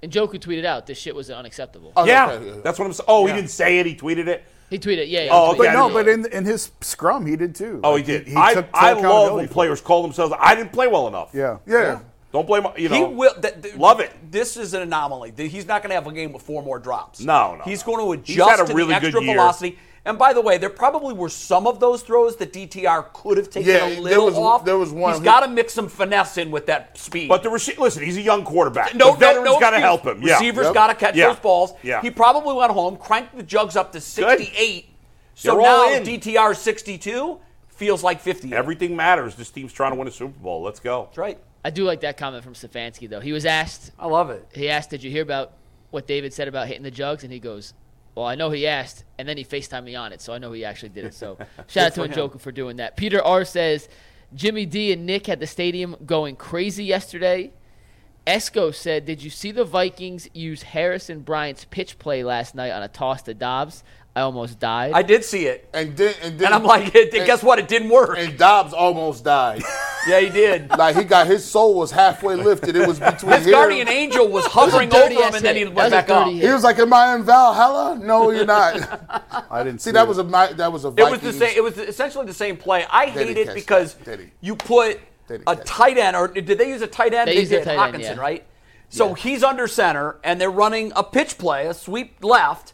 Njoku tweeted out this shit was unacceptable.
Oh,
Oh,
yeah, that's what I'm saying. Oh,
Yeah.
he didn't say it. He tweeted it.
He tweeted, yeah. yeah
Oh,
he tweeted
okay.
it.
I
No,
didn't-
but in in his scrum he did too.
Oh, he
Like,
did. I,
took full
I love
accountability
when
for
players call themselves. I didn't play well enough.
Yeah. Yeah.
Don't blame. You know.
he will. That, th-
love it.
This is an anomaly. Th- He's not going to have a game with four more drops.
No, no,
He's
no.
going to
He's
adjust
had a
to
really
the
good
extra
year.
velocity. And by the way, there probably were some of those throws that DTR could have taken
Yeah,
a
there
little
was-
off.
there was one-
He's got to mix some finesse in with that speed.
But the receiver, listen, he's a young quarterback.
No,
the veterans
no, no
got to
excuse.
help him. Yeah.
Receivers got to catch
Yeah.
those balls.
Yeah.
He probably went home, cranked the jugs up to 68. So
They're all
now
in.
DTR 62 feels like 50.
Everything matters. This team's trying to win a Super Bowl. Let's go.
That's right.
I do like that comment from Stefanski though. He was asked.
I love it.
He asked, "Did you hear about what David said about hitting the jugs?" And he goes, "Well, I know he asked, and then he Facetime me on it, so I know he actually did it." So shout out to
Good for him.
Njoku for doing that. Peter R says, "Jimmy D and Nick had the stadium going crazy yesterday." Esco said, "Did you see the Vikings use Harrison Bryant's pitch play last night on a toss to Dobbs? I almost died."
I did see it.
And then, and then,
And I'm like, it, guess what? It didn't work.
And Dobbs almost died.
yeah, he did.
Like he got his soul was halfway lifted. It was between
His
here.
guardian angel was hovering over
dirty
him,
ass
and then he
hit.
went
That
back
was a
up.
dirty
He was like, "Am I in Valhalla? No, you're not."
I didn't
See, that was a mi- that was a.
It was the
Vikings-
same. It was essentially the same play. I
Did he
hate it
catch
because
that? Did he?
you put
Did he
a
catch that?
tight end, or did they use a tight end?
They used a
did
tight end,
Hawkinson,
yeah.
right? So he's under center, and they're running a pitch play, a sweep left,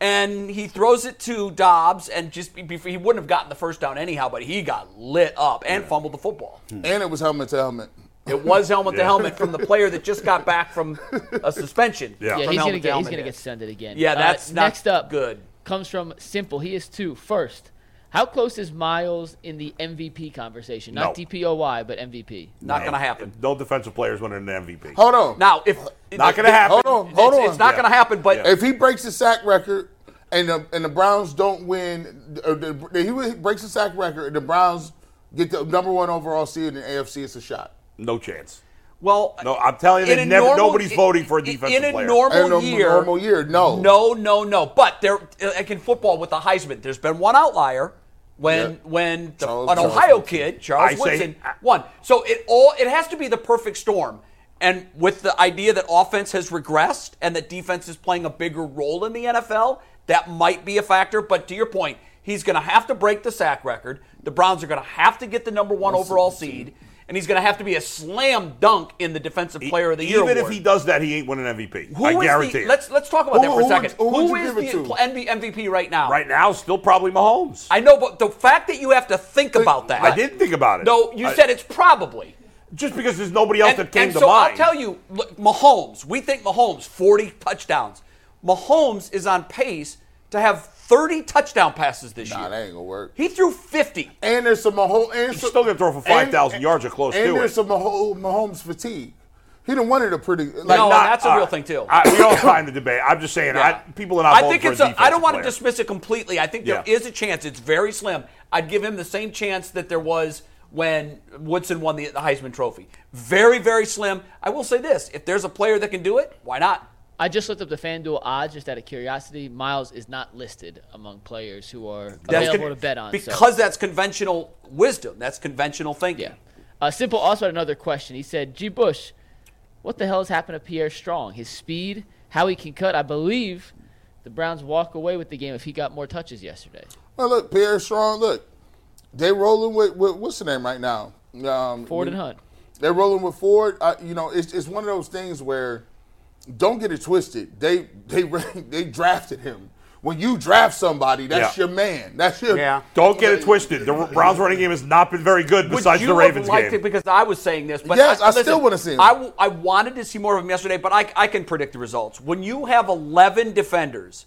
and he throws it to Dobbs, and just be- before he wouldn't have gotten the first down anyhow, but he got lit up and fumbled the football.
and it was helmet to helmet.
It was helmet to
Yeah.
helmet from the player that just got back from a suspension.
Yeah.
from
Yeah, he's
helmet
gonna
to
get he's
helmet
gonna
hit.
get suspended again.
Yeah,
Uh,
that's not
next up.
good.
Comes from simple. He is two. First, how close is Miles in the MVP conversation? Not
No.
DPOY, but MVP.
Not going to happen.
No defensive players winning an MVP.
Hold on.
Now, if
Not gonna happen.
Hold on,
It's-
hold
It's,
on.
not
Yeah.
going to happen. But
If he breaks the sack record and the, and the Browns don't win, uh, the, he breaks the sack record and the Browns get the number one overall seed in the AFC, it's a shot.
No chance.
well,
No, I'm telling you,
in
they
a
never,
normal-
nobody's voting for a
in-
defensive
in a
player.
normal
In a
year.
normal year, no.
No, no, no. But there, like in football with the Heisman, there's been one outlier when
Yeah.
when the,
Charles-
an
Charles
Ohio
Woodson.
kid, Charles
I say-
Woodson, won. So it all it has to be the perfect storm. And with the idea that offense has regressed and that defense is playing a bigger role in the NFL, that might be a factor. But to your point, he's going to have to break the sack record. The Browns are going to have to get the number one overall seed, and he's going to have to be a slam dunk in the Defensive Player of the Year.
E, Even if
award.
he does that, he ain't winning an MVP.
Who
I
is
guarantee
the,
it.
Let's let's talk about
Who-
that for a
who would-
second.
who would you
is
give it
the
to?
pl- NB MVP right now?
right now, still probably Mahomes.
I know, but the fact that you have to think about that.
I didn't think about it.
No, you
I-
said it's probably.
just because there's nobody else that came
and
to
so
mind.
I'll tell you, look, Mahomes. We think Mahomes forty touchdowns. Mahomes is on pace to have thirty touchdown passes this
Nah,
year.
that ain't gonna work.
He threw fifty.
And there's some Mahomes. And
He's
some-
still gonna throw for
and-
5,000 yards or close
And
to
there's
it.
some Mahomes, Mahomes fatigue. He done wanted a pretty. Like,
No,
Not-
and that's a
all
real
right.
thing, too.
I, we don't have time to debate. I'm just saying, I, people are not.
I
voting
think
for
it's.
a
A, I don't want to
defensive player.
dismiss it completely. I think there is
Yeah.
a chance. It's very slim. I'd give him the same chance that there was when Woodson won the, the Heisman Trophy. Very, very slim. I will say this: if there's a player that can do it, why not?
I just looked up the FanDuel odds just out of curiosity. Miles is not listed among players who are available
con-
to bet on. so-
because that's conventional wisdom. That's conventional thinking.
yeah. Uh, simple also had another question. He said, "G. Bush, what the hell has happened to Pierre Strong? His speed, how he can cut. I believe the Browns walk away with the game if he got more touches yesterday."
well, look, Pierre Strong. Look, they rolling with, with what's the name right now? Um,
Ford
Mm.
and Hunt.
They're rolling with Ford. Uh, you know, it's, it's one of those things where don't get it twisted. They they they drafted him When you draft somebody, that's
Yeah.
your man. That's your
Don't get it twisted. The Browns running game has not been very good besides
you
the
have
Ravens
liked
game.
it because I was saying this, but
Yes, I
listen,
still wanna see him.
I, w- I wanted to see more of him yesterday, but I, I can predict the results. When you have 11 defenders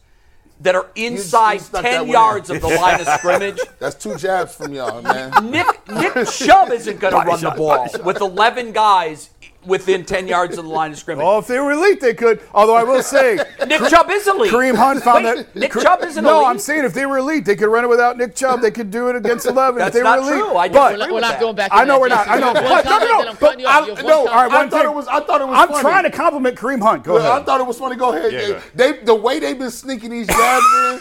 that are inside
snuck that
10
one
yards
in.
of the line of scrimmage,
That's two jabs from y'all, man.
Nick Nick Chubb isn't going to run the ball with 11 guys within 10 yards of the line of scrimmage.
Oh, if they were elite, they could. Although I will say,
Nick Chubb is elite.
Kareem Hunt found
Wait,
that.
Nick
Kare-
Chubb isn't
No,
elite?
I'm saying if they were elite, they could run it without Nick Chubb. They could do it against 11
That's
if they
not
were elite.
true. I
but
disagree with that.
I know we're not. I know.
You have one
But, no, no,
comment, then
no.
I'm
But
cutting you off.
I,
You have
no, all
one
right, one
comment. I thought
thing.
it was- I thought it was
I'm
funny.
trying to compliment Kareem Hunt. Go
Well, I
ahead.
thought it was funny. Go ahead.
Yeah,
they,
go ahead.
they- the way they've been sneaking these jabs in.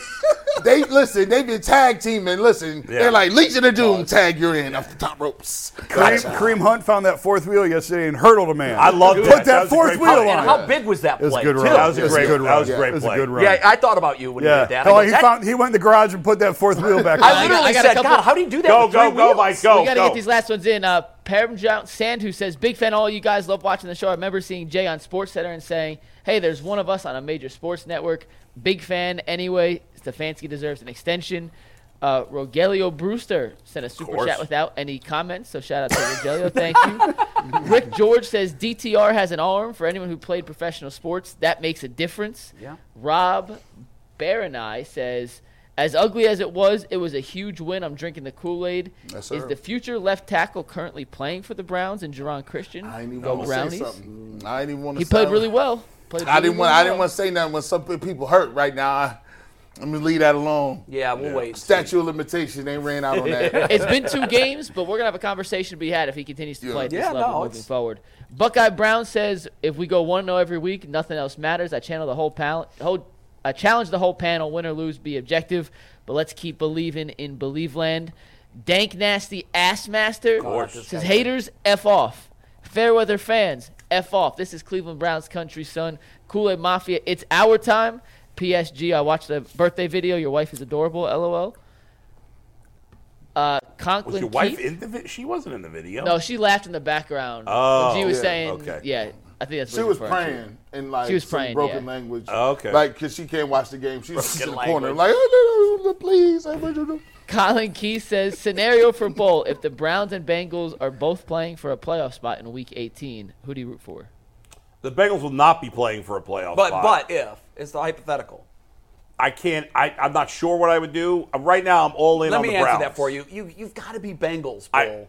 They listen. They've been tag teaming. Listen, they're like Legion of Doom. Tag you're in off the top ropes.
Kareem, Kareem Hunt found that fourth wheel yesterday and hurdled a man.
I love
Put
that.
that,
That was a
fourth
great
wheel
play.
on.
And how big was that
It was
play?
a good
too?
run.
That was a
It
great-
good
that
run.
was a
Yeah,
great
It was
play.
a good run.
Yeah, I thought about you when you
Yeah.
did that. I
Hell,
go,
he,
that-
found, he went in the garage and put that fourth wheel back
I
on.
literally
I got a
said,
couple-
God, how do you do that?
Go,
with three
go, go,
wheels?"
Mike, go.
we gotta get these last ones in. Uh, Paramount Sand, who says, "Big fan, of all you guys love watching the show. I remember seeing Jay on Sports Center and saying, "Hey, there's one of us on a major sports network. Big fan anyway. Stefanski deserves an extension." Uh, Rogelio Brewster sent a super
course.
chat without any comments, so shout out to Rogelio. Thank you. Rick George says DTR has an arm for anyone who played professional sports. That makes a difference.
Yeah.
Rob Baranai says, as ugly as it was, it was a huge win. I'm drinking the Kool Aid.
Yes,
Is
sir.
the future left tackle currently playing for the Browns and Jerron Christian?
I didn't even
Go
want to say
Brownies.
something. I didn't even want to.
He played really well. Played
I didn't
really,
want.
really
I didn't
well.
want to say nothing when some people hurt right now. I, I'm gonna leave that alone.
Yeah, we'll wait.
Statue of limitation. They ran out on that.
it's been two games, but we're gonna have a conversation to be had if he continues to
Yeah.
play at this
Yeah,
level
no,
moving
it's-
forward. Buckeye Brown says, "If we go one 0 every week, nothing else matters. I channel the whole panel. Whole, I challenge the whole panel. Win or lose, be objective. But let's keep believing in Believeland." Dank nasty ass master says, "Haters, f off. Fairweather fans, f off. This is Cleveland Browns country, son. Kool Aid Mafia. It's our time." PSG. I watched the birthday video. Your wife is adorable. LOL. Uh, Conklin
Was your wife
Keith-
in the video? She wasn't in the video.
no, she laughed in the background. when
Oh,
she was
yeah,
saying,
okay.
yeah, I think that's
She
what
was
you're referring to.
praying in like
She was
some
praying,
broken
yeah.
language.
Oh, okay.
Like, cause she can't watch the game. She's in the corner,
language.
like, oh, no, no, no, please. I-
Colin Key says scenario for bowl: if the Browns and Bengals are both playing for a playoff spot in Week 18, who do you root for?
The Bengals will not be playing for a playoff
But
spot.
but if it's the hypothetical.
I can't. I, I'm not sure what I would do. Uh, Right now, I'm all in
Let
on
me
the
answer
Browns.
that for you. You you've got to be Bengals,
I-
Bull.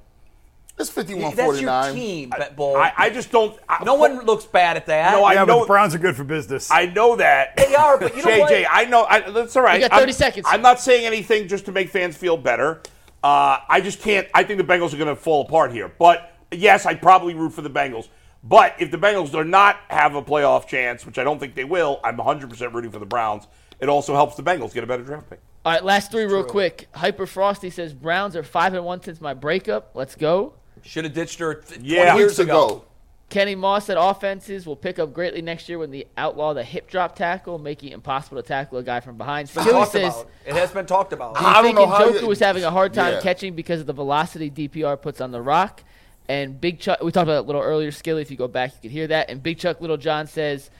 It's
That's your
51-49.
team, Bet Bull.
I, I just don't. I,
no one looks bad at that.
No, I
yeah,
know.
but the Browns are good for business.
I know that.
They are, but you know
JJ,
what?
I know. I, that's all right.
You got 30
I'm-
seconds.
I'm not saying anything just to make fans feel better. Uh, I just can't. I think the Bengals are going to fall apart here. But yes, I probably root for the Bengals. But if the Bengals do not have a playoff chance, which I don't think they will, I'm 100% rooting for the Browns. It also helps the Bengals get a better draft pick.
All right, last three real quick. Hyper Frosty says Browns are five and one since my breakup. Let's go.
should have ditched her th-
Yeah.
20 years
Weeks
ago.
ago.
Kenny Moss said offenses will pick up greatly next year when the outlaw the hip drop tackle, making it impossible to tackle a guy from behind.
It's been
Skilly
talked
says
about. It has been talked about.
I don't know
thinking
how
Joker
you-
was having a hard time
Yeah.
catching because of the velocity DPR puts on the rock. And Big Chuck, we talked about it a little earlier, Skilly. If you go back, you could hear that. And Big Chuck Little John says,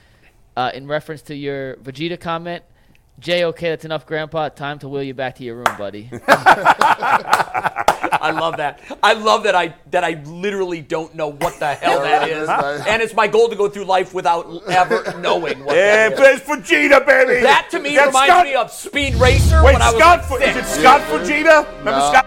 uh, in reference to your Vegeta comment, Jay, okay, that's enough, Grandpa. Time to wheel you back to your room, buddy.
I love that. I love that I that I literally don't know what the hell that is. And it's my goal to go through life without ever knowing what
Yeah,
that is.
it's Vegeta, baby.
That to me
That's
reminds
Scott-
me of Speed Racer
Wait,
when I was
Scott.
like
Fu-
six.
is it Scott Fujita? Remember
No.
Scott?